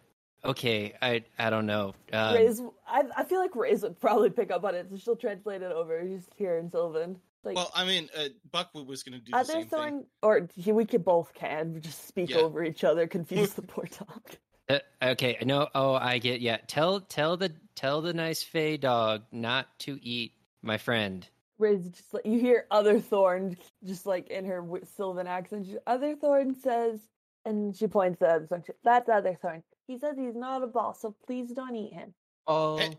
Okay, I I don't know. Um,
Ray's, I, I feel like Ray's would probably pick up on it, so she'll translate it over just here in Sylvan. Like,
Well, I mean, uh, Buckwheat was going to do the
are there
same
someone,
thing.
or he, we could both can we just speak
Yeah.
over each other, confuse the poor dog.
uh, okay, no. Oh, I get. Yeah, tell tell the tell the nice Fey dog not to eat my friend.
Ray's just like you hear other Thorn just like in her w- Sylvan accent. She, other Thorn says, and she points at other Thorn. she- That's other Thorn. He says he's not a ball, so please don't eat him.
Oh,
Hey,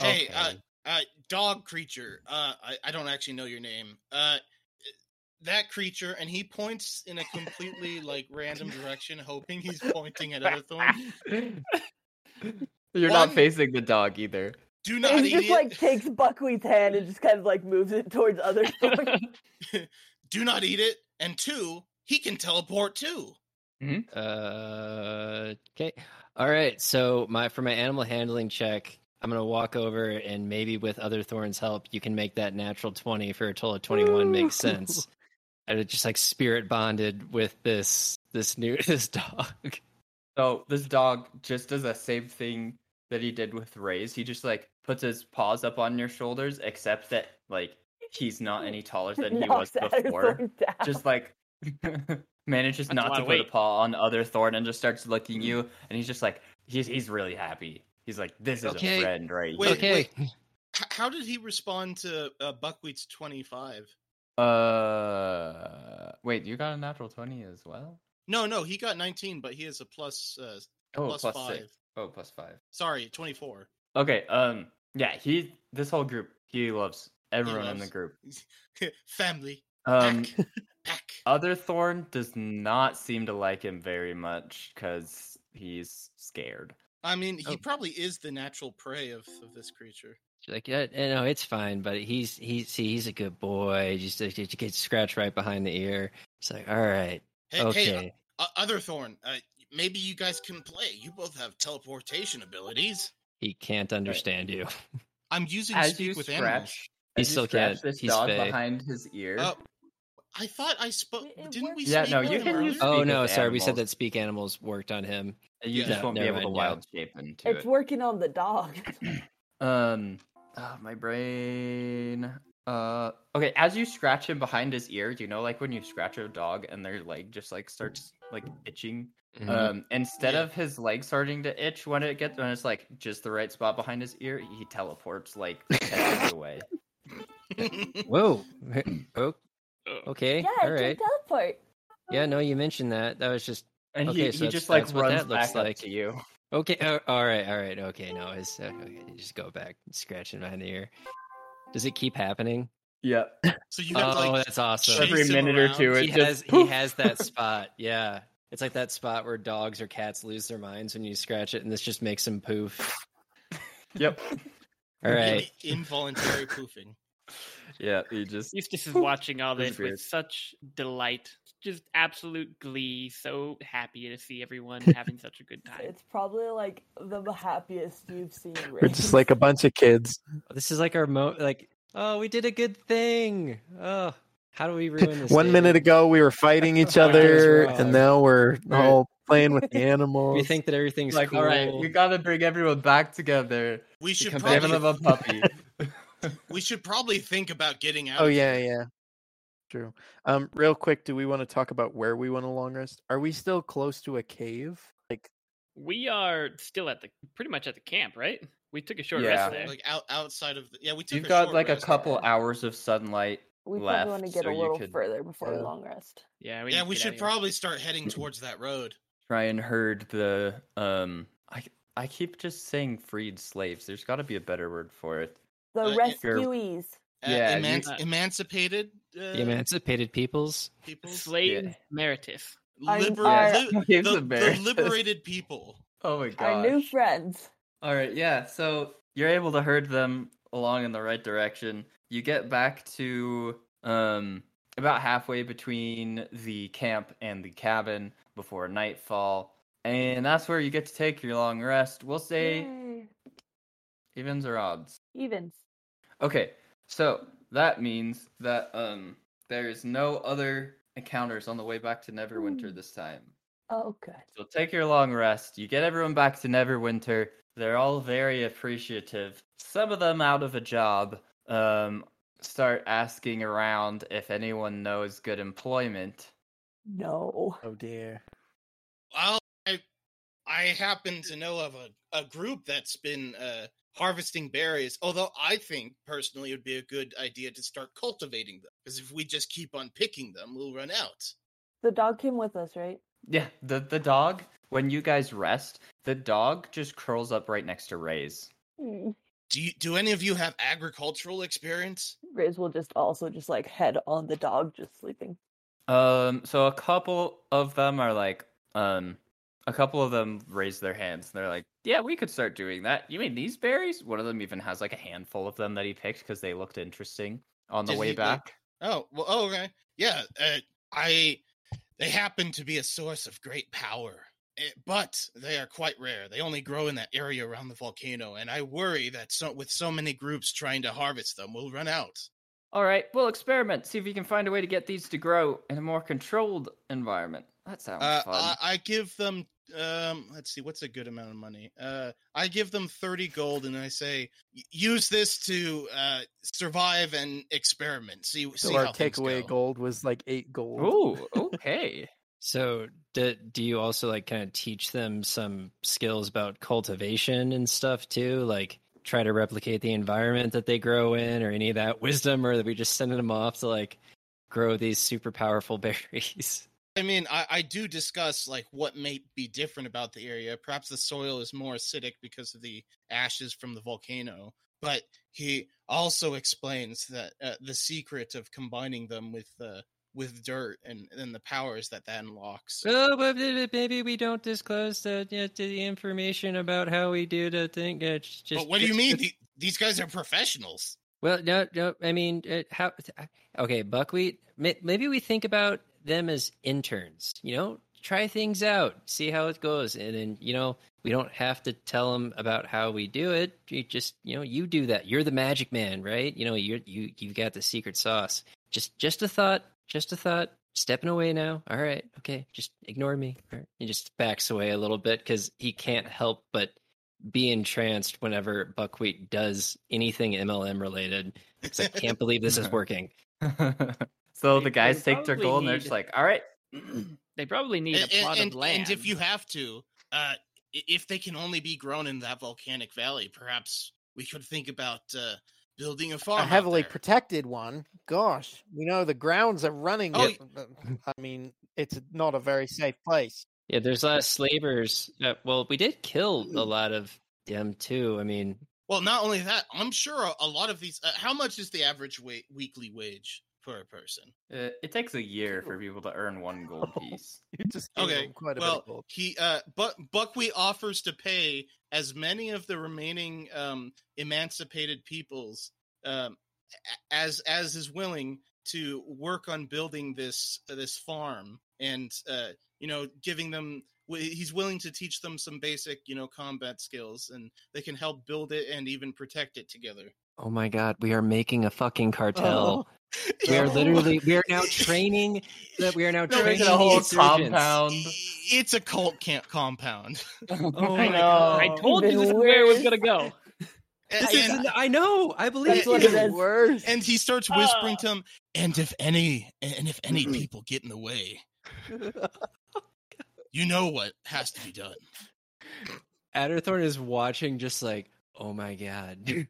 Hey, uh,
Okay.
uh, dog creature. Uh, I, I don't actually know your name. Uh, that creature, and he points in a completely like random direction, hoping he's pointing at other thorn.
you're not
one-
facing the dog either.
Do
And
not
he
eat
just
it.
like takes Buckwheat's hand and just kind of like moves it towards other Thorn.
Do not eat it. And two, he can teleport too.
Uh, okay. All right. So my for my animal handling check, I'm gonna walk over and maybe with other Thorn's help, you can make that natural twenty for a total of twenty one makes sense. I was just like spirit bonded with this this new this dog.
So this dog just does the same thing that he did with Ray's. He just like puts his paws up on your shoulders, except that like he's not any taller than he was
Knocks Adder
before.
Thorn down.
Just like manages
That's a
not
lot
to
of
put a
weight.
paw on other Thorn and just starts licking you. And he's just like he's he's really happy. He's like this is
Okay.
a friend right
Wait,
here.
okay.
H- how did he respond to uh, Buckwheat's twenty-five?
Uh, wait, you got a natural twenty as well.
No, no, he got nineteen, but he has a plus uh,
Oh,
plus
plus
five.
six. Oh, plus five.
Sorry, twenty-four.
Okay. Um. Yeah. He. This whole group. He loves everyone in the
loves-
group.
Family.
Um.
pack, pack.
Other Thorn does not seem to like him very much because he's scared.
I mean, he
Oh.
probably is the natural prey of, of this creature.
Like yeah, eh, no, it's fine. But he's he's see, he's a good boy. Just like, you get scratched right behind the ear. It's like all right,
Hey, hey,
okay.
uh, uh, other thorn. Uh, maybe you guys can play. You both have teleportation abilities.
He can't understand you.
I'm using
As
speak
you
with animals.
scratch,
He
as you
still
scratch
can't.
this
He's
dog
fey.
behind his ear.
Oh, I thought I spoke.
It- it
Didn't we?
works.
Yeah,
speak
no,
with
you
him
can
earlier?
use-
Oh
Speak
no,
with
sorry. We said that
animals.
speak animals worked on him.
you
yeah.
just
No,
won't be able
never
to
mind, yeah.
wild shape into
it's
it.
working on the dog.
Um, ah, my brain. Uh, okay. As you scratch him behind his ear, you know, like when you scratch a dog and their leg just like starts like itching.
Mm-hmm.
Mm-hmm.
Uh,
Um, instead
Yeah.
of his leg starting to itch when it gets when it's like just the right spot behind his ear, he teleports like ten feet away.
Whoa. Oh,
Oh.
okay.
yeah,
All
it can
right.
teleport.
Yeah, no, you mentioned that. That was just
And
Okay,
he, he
so that's-
just like
that's what
runs
that looks
back like.
like.
up to you.
okay. uh, all right, all right, okay. No, it's uh, okay, just go back, scratching behind the ear. Does it keep happening?
Yeah.
so you have
Oh,
like
that's awesome.
chase
Every
him
minute or two,
around.
it
He
just
has he
poof.
has that spot. Yeah, it's like that spot where dogs or cats lose their minds when you scratch it, and this just makes them poof.
Yep.
All right.
in- involuntary poofing.
Yeah. He just
Eustace is watching all
This
this
is
with
weird.
such delight, just absolute glee, so happy to see everyone having such a good time.
It's probably like the happiest you've seen. Ray.
We're just like a bunch of kids.
This is like our mo. Like, oh, we did a good thing. Oh, how do we ruin this?
One
day?
minute ago, we were fighting each other, and
wrong.
now we're
Right.
all playing with the animals.
We think that everything's
like,
cool.
all right, we gotta bring everyone back together.
We should
Become
Give
probably
them a puppy.
we should probably think about getting out.
Oh
of
yeah,
here.
yeah. True. Um, real quick, do we want to talk about where we want a long rest? Are we still close to a cave? Like,
We are still at the pretty much at the camp, right? We took a short
Yeah.
rest there.
Like out outside of the, yeah, we took.
You've
a
got
short
like a
rest.
couple hours of sunlight.
we
left,
probably want to get
so
a
you
little
could-
further before
Yeah.
a long rest.
Yeah, we
Yeah,
need to
we
get
should
outta here.
probably start heading towards that road.
Try and herd the um. I I keep just saying freed slaves. There's got to be a better word for it.
The
Uh, it-
Sure.
rescuees.
Uh,
Yeah, you-
eman- emancipated uh,
The emancipated peoples.
people,
Slave
Yeah.
Meritus.
I'm-
Liber-
Our-
li-
He's
the, the
embarrassed.
liberated people.
Oh my
Our
gosh.
new friends.
All right, yeah. So you're able to herd them along in the right direction. You get back to um about halfway between the camp and the cabin before nightfall, and that's where you get to take your long rest. We'll say
Yay.
evens or odds.
Evens.
Okay, so that means that um
There's no other encounters on the way back to Neverwinter this time.
Oh, good.
So take your long rest. You get everyone back to Neverwinter. They're all very appreciative. Some of them out of a job. Um, start asking around if anyone knows good employment.
No.
Oh dear.
Well, I, I happen to know of a, a group that's been uh, harvesting berries, although I think personally it would be a good idea to start cultivating them, because if we just keep on picking them, we'll run out.
The dog came with us, right?
Yeah, the the dog. When you guys rest, the dog just curls up right next to Ray's.
Mm.
Do you, do any of you have agricultural experience?
Rays will just also just like head on the dog just sleeping.
Um, so a couple of them are like, um, a couple of them raise their hands and they're like, "Yeah, we could start doing that." You mean these berries? One of them even has like a handful of them that he picked because they looked interesting on the
Did
way
he, like-
back.
Oh, well, oh, okay. Yeah, uh, I. They happen to be a source of great power, eh, but they are quite rare. They only grow in that area around the volcano, and I worry that so, with so many groups trying to harvest them, we'll run out.
All right, we'll experiment. See if we can find a way to get these to grow in a more controlled environment. That sounds
Uh,
fun.
I, I give them. Um, let's see, what's a good amount of money? Uh, I give them thirty gold, and I say, "Y- use this to uh, survive and experiment. See,
So
see
our
how things
takeaway
go."
gold was like eight gold.
Ooh, okay.
So do, do you also like kind of teach them some skills about cultivation and stuff too? Like try to replicate the environment that they grow in or any of that wisdom or that we just sending them off to like grow these super powerful berries.
I mean, I, I do discuss like what may be different about the area. Perhaps the soil is more acidic because of the ashes from the volcano. But he also explains that uh, the secret of combining them with uh, with dirt and, and the powers that that unlocks.
Oh, but maybe we don't disclose the, the information about how we do the thing. It's just,
but what do you mean? The- These guys are professionals.
Well, no, no. I mean, uh, how? Okay, buckwheat. may- Maybe we think about them as interns. You know, try things out, see how it goes, and then you know we don't have to tell them about how we do it. You just, you know, you do that. You're the magic man, right? You know, you you you've got the secret sauce. Just, just a thought. Just a thought. Stepping away now. All right, okay. Just ignore me. All right. He just backs away a little bit because he can't help but be entranced whenever buckwheat does anything MLM related. It's like, can't believe this is working.
so
They-
the
they
guys take their
probably
goal and they're
need-
just like, all right.
They probably need a
And-
plot
and,
of land.
and if you have to, uh, i- if they can only be grown in that volcanic valley, perhaps we could think about uh, building a farm.
a
out
heavily
there.
protected one. Gosh, we know the grounds are running.
Oh,
it. I mean, it's not a very safe place.
Yeah, there's a lot of slavers. Uh, well, we did kill a lot of them too. I mean,
Well, not only that, I'm sure a, a lot of these. Uh, how much is the average wa- weekly wage for a person?
Uh, it takes a year for people to earn one gold piece.
You just gave
Okay,
them quite a bit of
well,
gold.
he uh, but Buckwheat offers to pay as many of the remaining um, emancipated peoples um, a- as as is willing to work on building this uh, this farm, and uh, you know, giving them. wi- He's willing to teach them some basic, you know, combat skills, and they can help build it and even protect it together.
oh my god, we are making a fucking cartel. We are
No.
literally we are now training that we are now
They're
training
making a
the
whole
insurgents.
It's a cult camp compound.
Oh
I,
my god.
I told you
The
this is where it was
worst.
gonna go.
This
And-
is an- I know. I believe
That's
Yeah,
what
yeah.
it
It's
is.
worse.
and he starts whispering
Ah.
to him and if any and if any
Mm-hmm.
people get in the way you know what has to be done
Adderthorn is watching, just like, oh my god,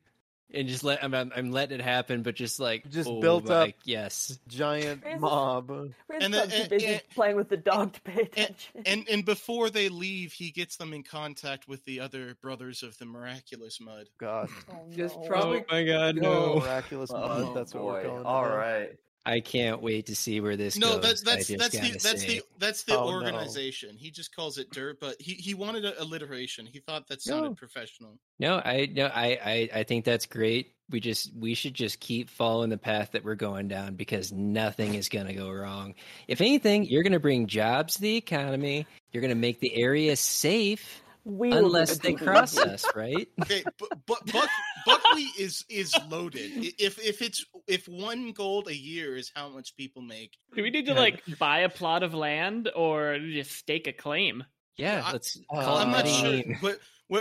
and just let I'm I'm, I'm letting it happen, but just like
Just
oh
built
my-
up.
Yes,
Giant
Rays is-
mob.
Rays
And
and
the-
too
and-
busy
and-
playing with the dog to pay attention.
and and before they leave he gets them in contact with the other brothers of the miraculous mud
God,
Oh,
Just
no.
probably-
oh my god,
no.
no.
miraculous
Oh
mob. that's what we're going.
All
today.
right.
I can't wait to see where this
no
goes.
that's that's
I just
that's the
gotta
that's
say.
the that's the
Oh, no.
organization he just calls it dirt but he he wanted an alliteration he thought that sounded
No.
professional
no. I no. I, I I think that's great. We just we should just keep following the path that we're going down because nothing is going to go wrong. If anything, you're going to bring jobs to the economy. You're going to make the area safe
We will
unless
do
they
it.
cross us, right?
okay but, but buck Buckley is is loaded. I- If if it's if one gold a year is how much people make,
Do we need to like buy a plot of land or just stake a claim?
Yeah,
I-
let's
uh,
call
I'm
it
not sure,
Medellin.
but we,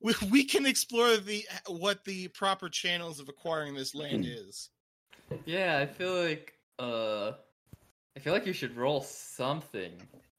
we, we can explore the what the proper channels of acquiring this land is.
Yeah, I feel like uh I feel like you should roll something.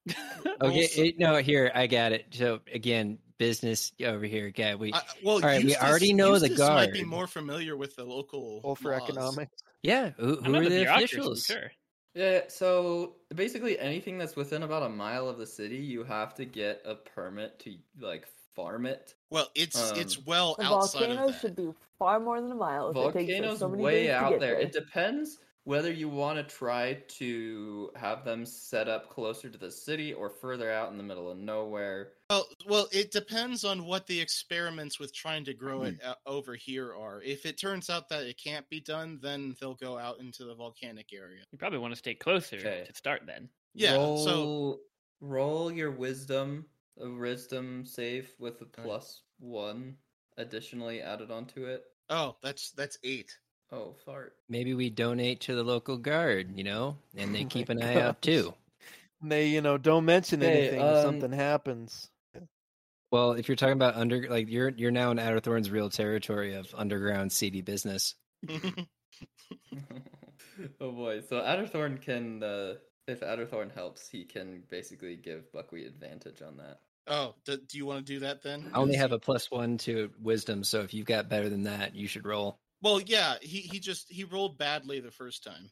Okay,
Also-
it- no, here I got it. So again, business over here, guy. We
I, well,
right, we already know the
Eustace Might be
guard.
more familiar with the local
All for
laws.
economics.
yeah, who,
I'm
who
not
are
a
the
bureaucracy, I'm
officials?
Sure.
Yeah, so basically anything that's within about a mile of the city, you have to get a permit to like farm it.
Well, it's it's
Um,
well
The
outside of
volcanoes
that.
should be far more than a mile. If Oh, it takes us
Volcanoes
so many
way
days to
out
get
there. It depends whether you want to try to have them set up closer to the city or further out in the middle of nowhere.
Well, well, it depends on what the experiments with trying to grow it uh, over here are. If it turns out that it can't be done, then they'll go out into the volcanic area.
You probably want to stay closer
Okay.
to start then.
Yeah,
roll,
so
roll your wisdom, a wisdom save with a plus one additionally added onto it.
oh, that's that's 8.
Oh fart!
Maybe we donate to the local guard, you know, and they
Oh
keep
my
an eye
gosh.
out too.
And They, you know, don't mention
Hey,
anything
um,
if something happens.
Well, if you're talking about under, like you're you're now in Outer Thorn's real territory of underground seedy business.
oh boy! So Adderthorn can, uh, if Adderthorn helps, he can basically give Buckwheat advantage on that.
oh, do, do you want to do that then?
I only
Yes.
have a plus one to wisdom, so if you've got better than that, you should roll.
Well, yeah, he he just he rolled badly the first time.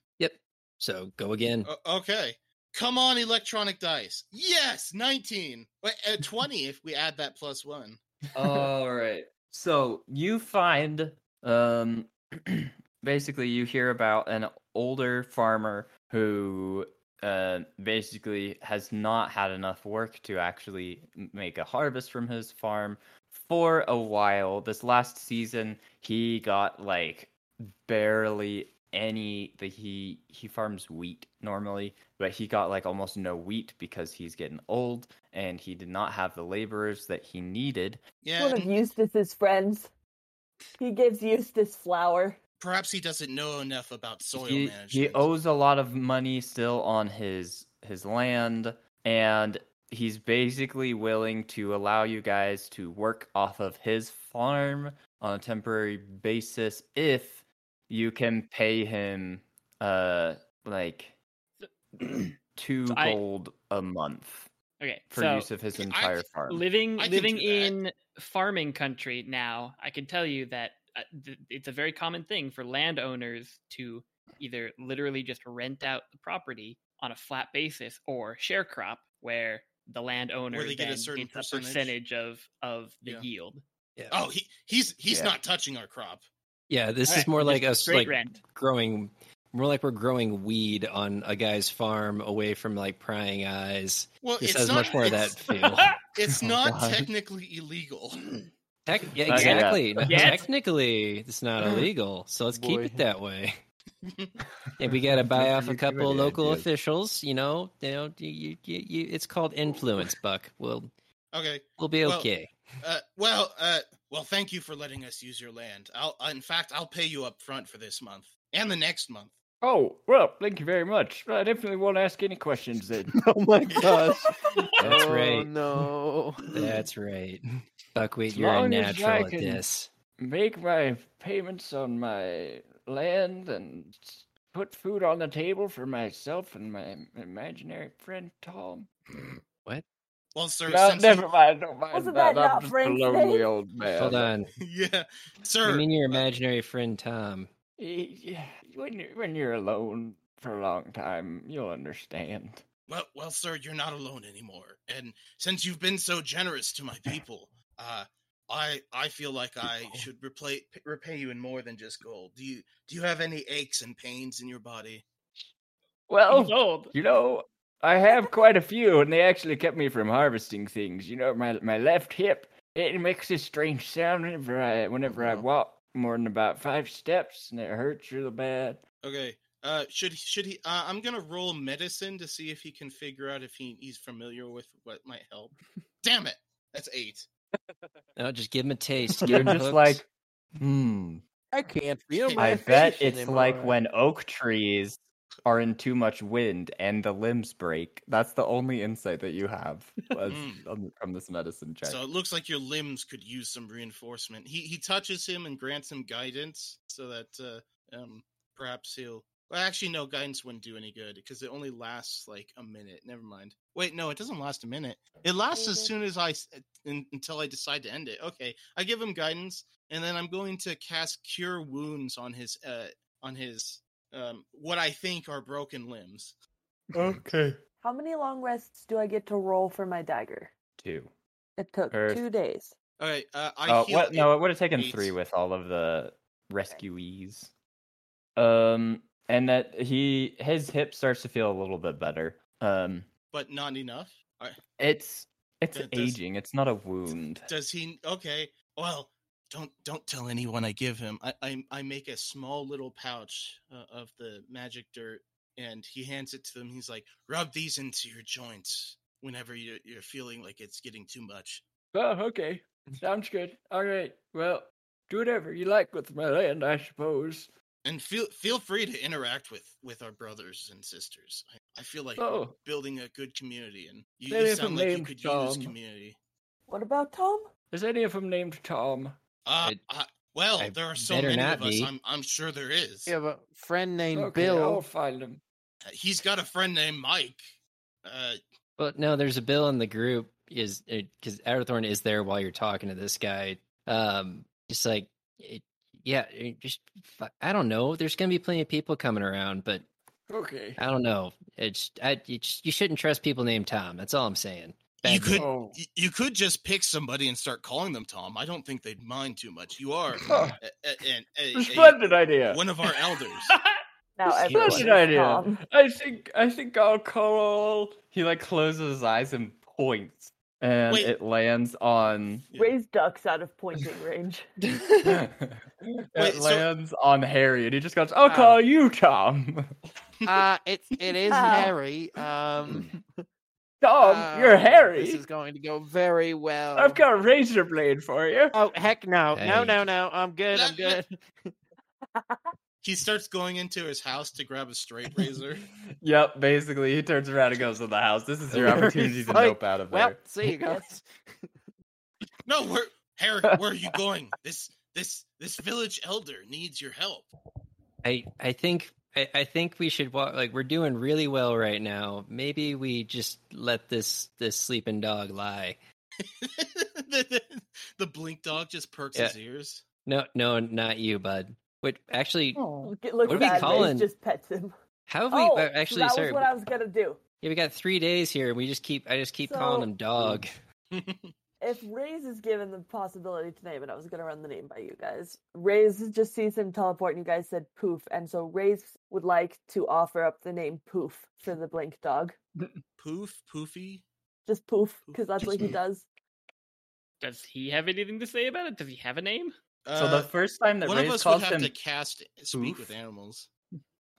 So go again.
O- okay. Come on, electronic dice. Yes, 19. Wait, uh, 20 if we add that plus 1.
All right. So you find, um, basically, you hear about an older farmer who uh, basically has not had enough work to actually m- make a harvest from his farm for a while. This last season, he got like barely any the he he farms wheat normally but he got like almost no wheat because he's getting old and he did not have the laborers that he needed
Yeah,
One
and
of Eustace's friends. He gives Eustace flour.
perhaps he doesn't know enough about soil
he,
management.
he owes a lot of money still on his his land and he's basically willing to allow you guys to work off of his farm on a temporary basis if you can pay him uh like two
So I-
gold a month
Okay.
for
so
use of his
I-
entire farm
living
I can
living
do that.
in farming country now, I can tell you that uh, th- it's a very common thing for landowners to either literally just rent out the property on a flat basis or share crop where the landowner
they get a
then
certain
gets a
percentage?
percentage of of the
Yeah.
yield.
Oh, he he's he's
Yeah.
not touching our crop.
Yeah, this
All
is
right,
more
just
like us
straight
like
rent.
growing more like we're growing weed on a guy's farm away from like prying eyes.
Well,
This
it's
has
not
much more of that
it's,
feel.
It's
Oh,
not
God.
technically illegal.
Tec- yeah,
yeah.
exactly. No,
Yes.
Technically, it's not illegal, so let's keep
Boy.
it that way. And we got to buy off a
You give
couple
it
local
ideas.
officials. You know, you know, you, you, you, you- it's called influence, Buck. We'll
okay.
we'll be
Well,
okay.
Uh, well, uh, well, thank you for letting us use your land. I'll, in fact, I'll pay you up front for this month and the next month.
Oh, well, thank you very much. I definitely won't ask any questions then.
Oh my gosh.
That's
oh,
right.
No.
That's right. Buckwheat,
As
you're a
long as I
natural at
can-
this.
Make my payments on my land and s- put food on the table for myself and my imaginary friend Tom.
Well, sir,
No,
since
never mind. Don't mind
Wasn't
that.
that
I'm
not
just
Frank's
a lonely
name?
old man.
Hold on.
you, yeah,
I
sir.
mean, your imaginary friend Tom.
Y- Yeah, when you're when you're alone for a long time, you'll understand.
Well, well, sir, you're not alone anymore. And since you've been so generous to my people, uh, I I feel like I should repay repay you in more than just gold. Do you do you have any aches and pains in your body?
Well,
He's
Oh!
old.
You know, I have quite a few, and they actually kept me from harvesting things. You know, my my left hip it makes this strange sound whenever I whenever I
no.
walk more than about five steps, and it hurts real bad.
Okay. Uh, should should he? Uh, I'm gonna roll medicine to see if he can figure out if he, he's familiar with what might help. Damn it, that's eight.
No, Oh, just give him a taste.
You're
Give him
just
hooks.
like,
Hmm.
I can't feel
I
my
I bet
face
it's like
anymore.
when oak trees are in too much wind and the limbs break. That's the only insight that you have as-
Mm.
on- from this medicine check.
So it looks like your limbs could use some reinforcement. He he touches him and grants him guidance so that uh, um perhaps he'll. Well, actually, no, guidance wouldn't do any good because it only lasts like a minute. Never mind. Wait, no, it doesn't last a minute. It lasts
Mm-hmm.
as soon as I s- uh, un- until I decide to end it. Okay, I give him guidance, and then I'm going to cast Cure Wounds on his uh on his um what I think are broken limbs.
okay.
How many long rests do I get to roll for my dagger?
Two.
It took
Earth.
two days.
All right, uh, I
Oh,
heal
what?
eight-
No, it would have taken
eight.
three with all of the rescuees. Um, and that he his hip starts to feel a little bit better. Um,
but not enough. All right.
it's it's
Th- does-
aging. It's not a wound.
Does he? Okay. Well, don't don't tell anyone I give him. I I, I make a small little pouch uh, of the magic dirt, and he hands it to them. He's like, rub these into your joints whenever you're, you're feeling like it's getting too much.
Oh, okay. Sounds good. All right. Well, do whatever you like with my land, I suppose.
And feel feel free to interact with with our brothers and sisters. I, I feel like we're
Oh.
building a good community, and you,
Maybe
you
if
sound
I'm
like you
named
could use
Tom.
community.
What about Tom?
Is any of them named Tom?
Uh,
It-
I, well,
I
there are so
better
many
not
of us.
be.
I'm I'm sure there is.
We have a friend named
okay, I'll
Bill.
find them.
He's got a friend named Mike. Uh,
But no, there's a bill in the group is because Adderthorn is there while you're talking to this guy. Um, just like, it, yeah, it just fu- I don't know. There's gonna be plenty of people coming around, but
Okay.
I don't know. It's I it's, you shouldn't trust people named Tom. That's all I'm saying.
you
Bad
could
name.
Oh,
y- you could just pick somebody and start calling them Tom. I don't think they'd mind too much. You are
Oh.
a- a- an- a- a-
splendid idea.
one of our elders.
Now everyone
Splendid
is
idea.
Tom.
I think I think I'll call.
He like closes his eyes and points, and
Wait.
it lands on
Yeah.
Raise ducks out of pointing range.
Wait,
it
so- Ah.
lands on Harry, and he just goes, "I'll call you Tom.
Uh, it's it is
Yeah.
Harry. Um,
Oh,
Ah.
Tom,
uh,
you're
This
Harry.
is going to go very well.
I've got a razor blade for you.
Oh heck no! No
Hey.
no no! I'm good. I'm
No, no.
good.
He starts going into his house to grab a straight razor.
yep. Basically, he turns around and goes to the house. This is your
Harry's
opportunity to
like,
nope out of there.
Well, see you guys.
no, where Harry, where are you going? This this this village elder needs your help.
I I think I, I think we should walk. Like we're doing really well right now. Maybe we just let this this sleeping dog lie.
the, the- the blink dog just perks
Yeah.
his ears.
No, no, not you, bud. Wait, actually,
Get- Looks
What are we
bad, Raze
calling-
just pets him.
how have we?
oh,
uh, actually,
that
sorry.
was what I was gonna do.
Yeah, we got three days here. and We just keep. I just keep calling
So-
him dog.
If Raze is given the possibility to name it, I was gonna run the name by you guys. Raze just sees him teleport, and you guys said poof, and so Raze would like to offer up the name poof for the blink dog.
Poof, poofy.
Just poof, because that's
Just
what he
Poof.
does.
Does he have anything to say about it? Does he have a name?
So the
Uh,
first time that
one of
Ray
us would
calls
have
him,
to cast speak
Poof.
with animals.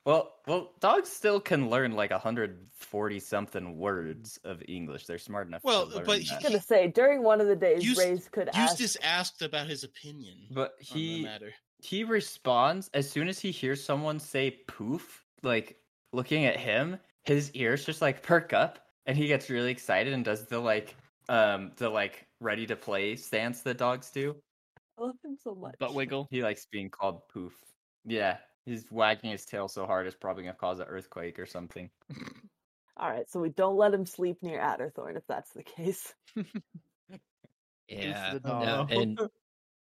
well, well, dogs still can learn like 140 something words of English. They're smart enough.
Well,
to learn
but
that.
I'm gonna say during one of the days,
Eust-
Raze could ask.
Eustace asked about his opinion
but
on the
he
matter.
he responds as soon as he hears someone say poof, like looking at him, his ears just like perk up and he gets really excited and does the like um the like ready to play stance that dogs do.
I love him so much.
Butt wiggle.
He likes being called poof. Yeah. He's wagging his tail so hard it's probably gonna cause an earthquake or something.
All right, so we don't let him sleep near Adderthorn if that's the case.
Yeah.
the
no,
dog.
and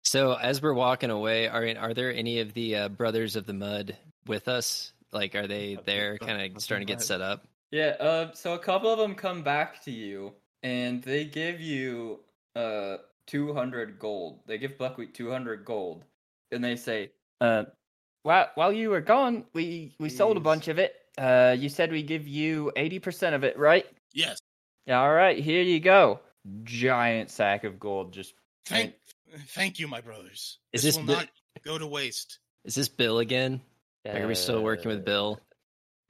so as we're walking away, are are there any of the uh, brothers of the mud with us? Like, are they there? Kind of starting to get set up.
Yeah, uh, so a couple of them come back to you, and they give you uh 200 gold. They give Buckwheat 200 gold, and they say,
Uh, while while you were gone, we we sold a
Jeez.
bunch of it. Uh, you said we give you eighty percent of it, right?
Yes.
Yeah, All right, here you go. Giant sack of gold. Just
Thank, thank you, my brothers.
Is this
will
the-
not go to waste.
Is this Bill again? Like, are we still working
Uh,
with Bill?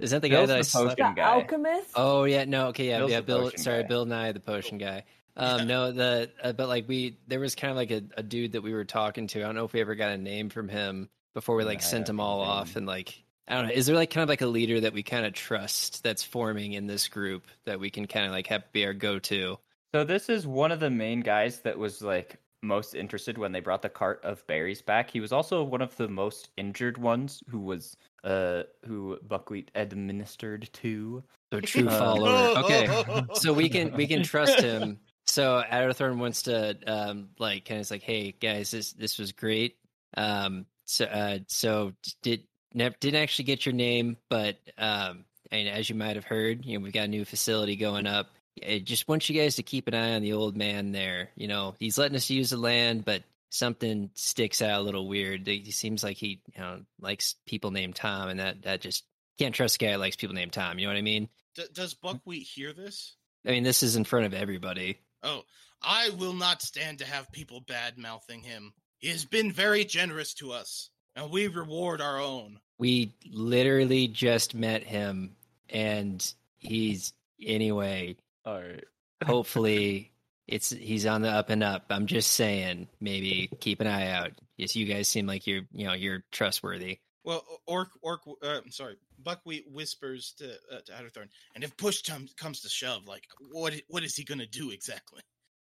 Is that the
Bill's
guy that I
the
slept?
potion
The
guy.
alchemist.
Oh yeah, no, okay, yeah,
Bill's
yeah.
the
Bill,
potion
sorry,
guy.
Bill Nye, the potion guy. Um, no, the uh, but like we there was kind of like a, a dude that we were talking to. I don't know if we ever got a name from him before we like
Yeah, I
sent
don't
them all
think-
off and like I don't know. Is there like kind of like a leader that we kind of trust that's forming in this group that we can kind of like have be our go to?
So this is one of the main guys that was like most interested when they brought the cart of berries back. He was also one of the most injured ones who was uh who buckwheat administered to.
So true
Uh,
Oh,
follower. Okay. so we can we can trust him. So Adderthorn wants to um like kind of like, hey guys, this this was great. Um, so uh, so did never didn't actually get your name, but um, and as you might have heard, you know we've got a new facility going up. I just want you guys to keep an eye on the old man there. You know he's letting us use the land, but something sticks out a little weird. He seems like he you know likes people named Tom, and that that just can't trust a guy that likes people named Tom. You know what I mean?
D- does Buckwheat hear this?
I mean, this is in front of everybody.
Oh, I will not stand to have people bad mouthing him. He has been very generous to us, and we reward our own.
We literally just met him, and he's anyway.
All right.
Hopefully, it's he's on the up and up. I'm just saying, maybe keep an eye out. Yes, you guys seem like you're, you know, you're trustworthy.
Well, Orc, Orc, uh, I'm sorry, Buckwheat whispers to uh, to Adderthorn, and if push tom- comes to shove, like what i- what is he gonna do exactly?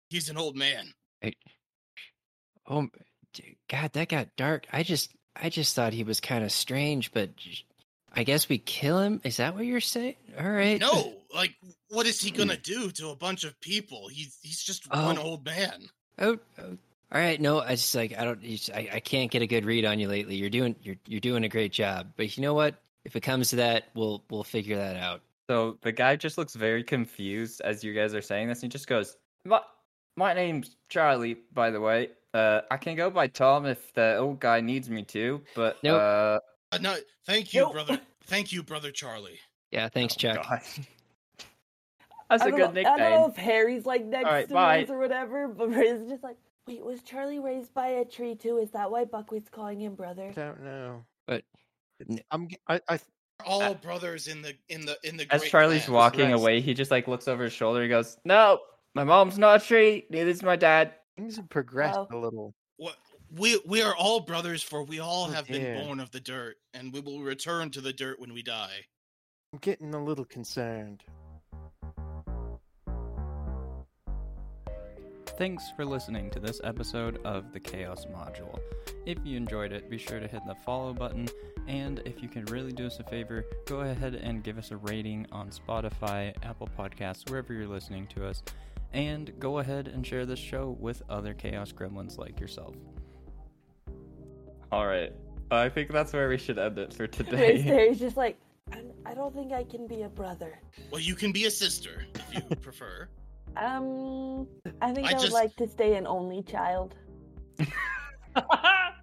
He's an old man.
Oh m- d- God, that got dark. I just, I just thought he was kind of strange, but j- I guess we kill him. Is that what you're saying? All right.
No, like what is
Hmm.
he gonna do to a bunch of people? He's he's just one
Oh.
old man.
Oh, oh, all right. No, I just like I don't. you just- I, I can't get a good read on you lately. You're doing you're you're doing a great job. But you know what? If it comes to that, we'll we'll figure that out.
So the guy just looks very confused as you guys are saying this. And he just goes, "My my name's Charlie, by the way. Uh, I can go by Tom if the old guy needs me to, but
Nope.
uh,
Uh, no, thank you,
Nope.
uh
brother. Thank you, brother Charlie.
Yeah. Thanks, Chuck.
that's
I
a good
don't know, I don't know
nickname.
if Harry's like next
right,
to
bye.
us or whatever, but Ray's just like, wait, was Charlie raised by a tree too? Is that why Buckwheat's calling him brother?
I don't know.
But-
It's- I'm. g- I. I
We're All brothers in the in the in the.
Uh, As
great
Charlie's
land.
walking
Christ.
away, he just like looks over his shoulder. He goes, "No, my mom's not a tree. Neither is my dad."
things have progressed
Wow.
a little.
What we we are all brothers, for we all
Oh,
have
dear.
been born of the dirt, and we will return to the dirt when we die.
I'm getting a little concerned.
Thanks for listening to this episode of the Chaos Module. If you enjoyed it, be sure to hit the follow button, and if you can really do us a favor, go ahead and give us a rating on Spotify, Apple Podcasts, wherever you're listening to us, and go ahead and share this show with other Chaos Gremlins like yourself.
All right. I think that's where we should end it for
Ray's,
today.
Harry's just like, I'm, I don't think I can be a brother.
Well, you can be a sister if you prefer.
Um, I think
I
I, would
just-
like to stay an only child.
Haha.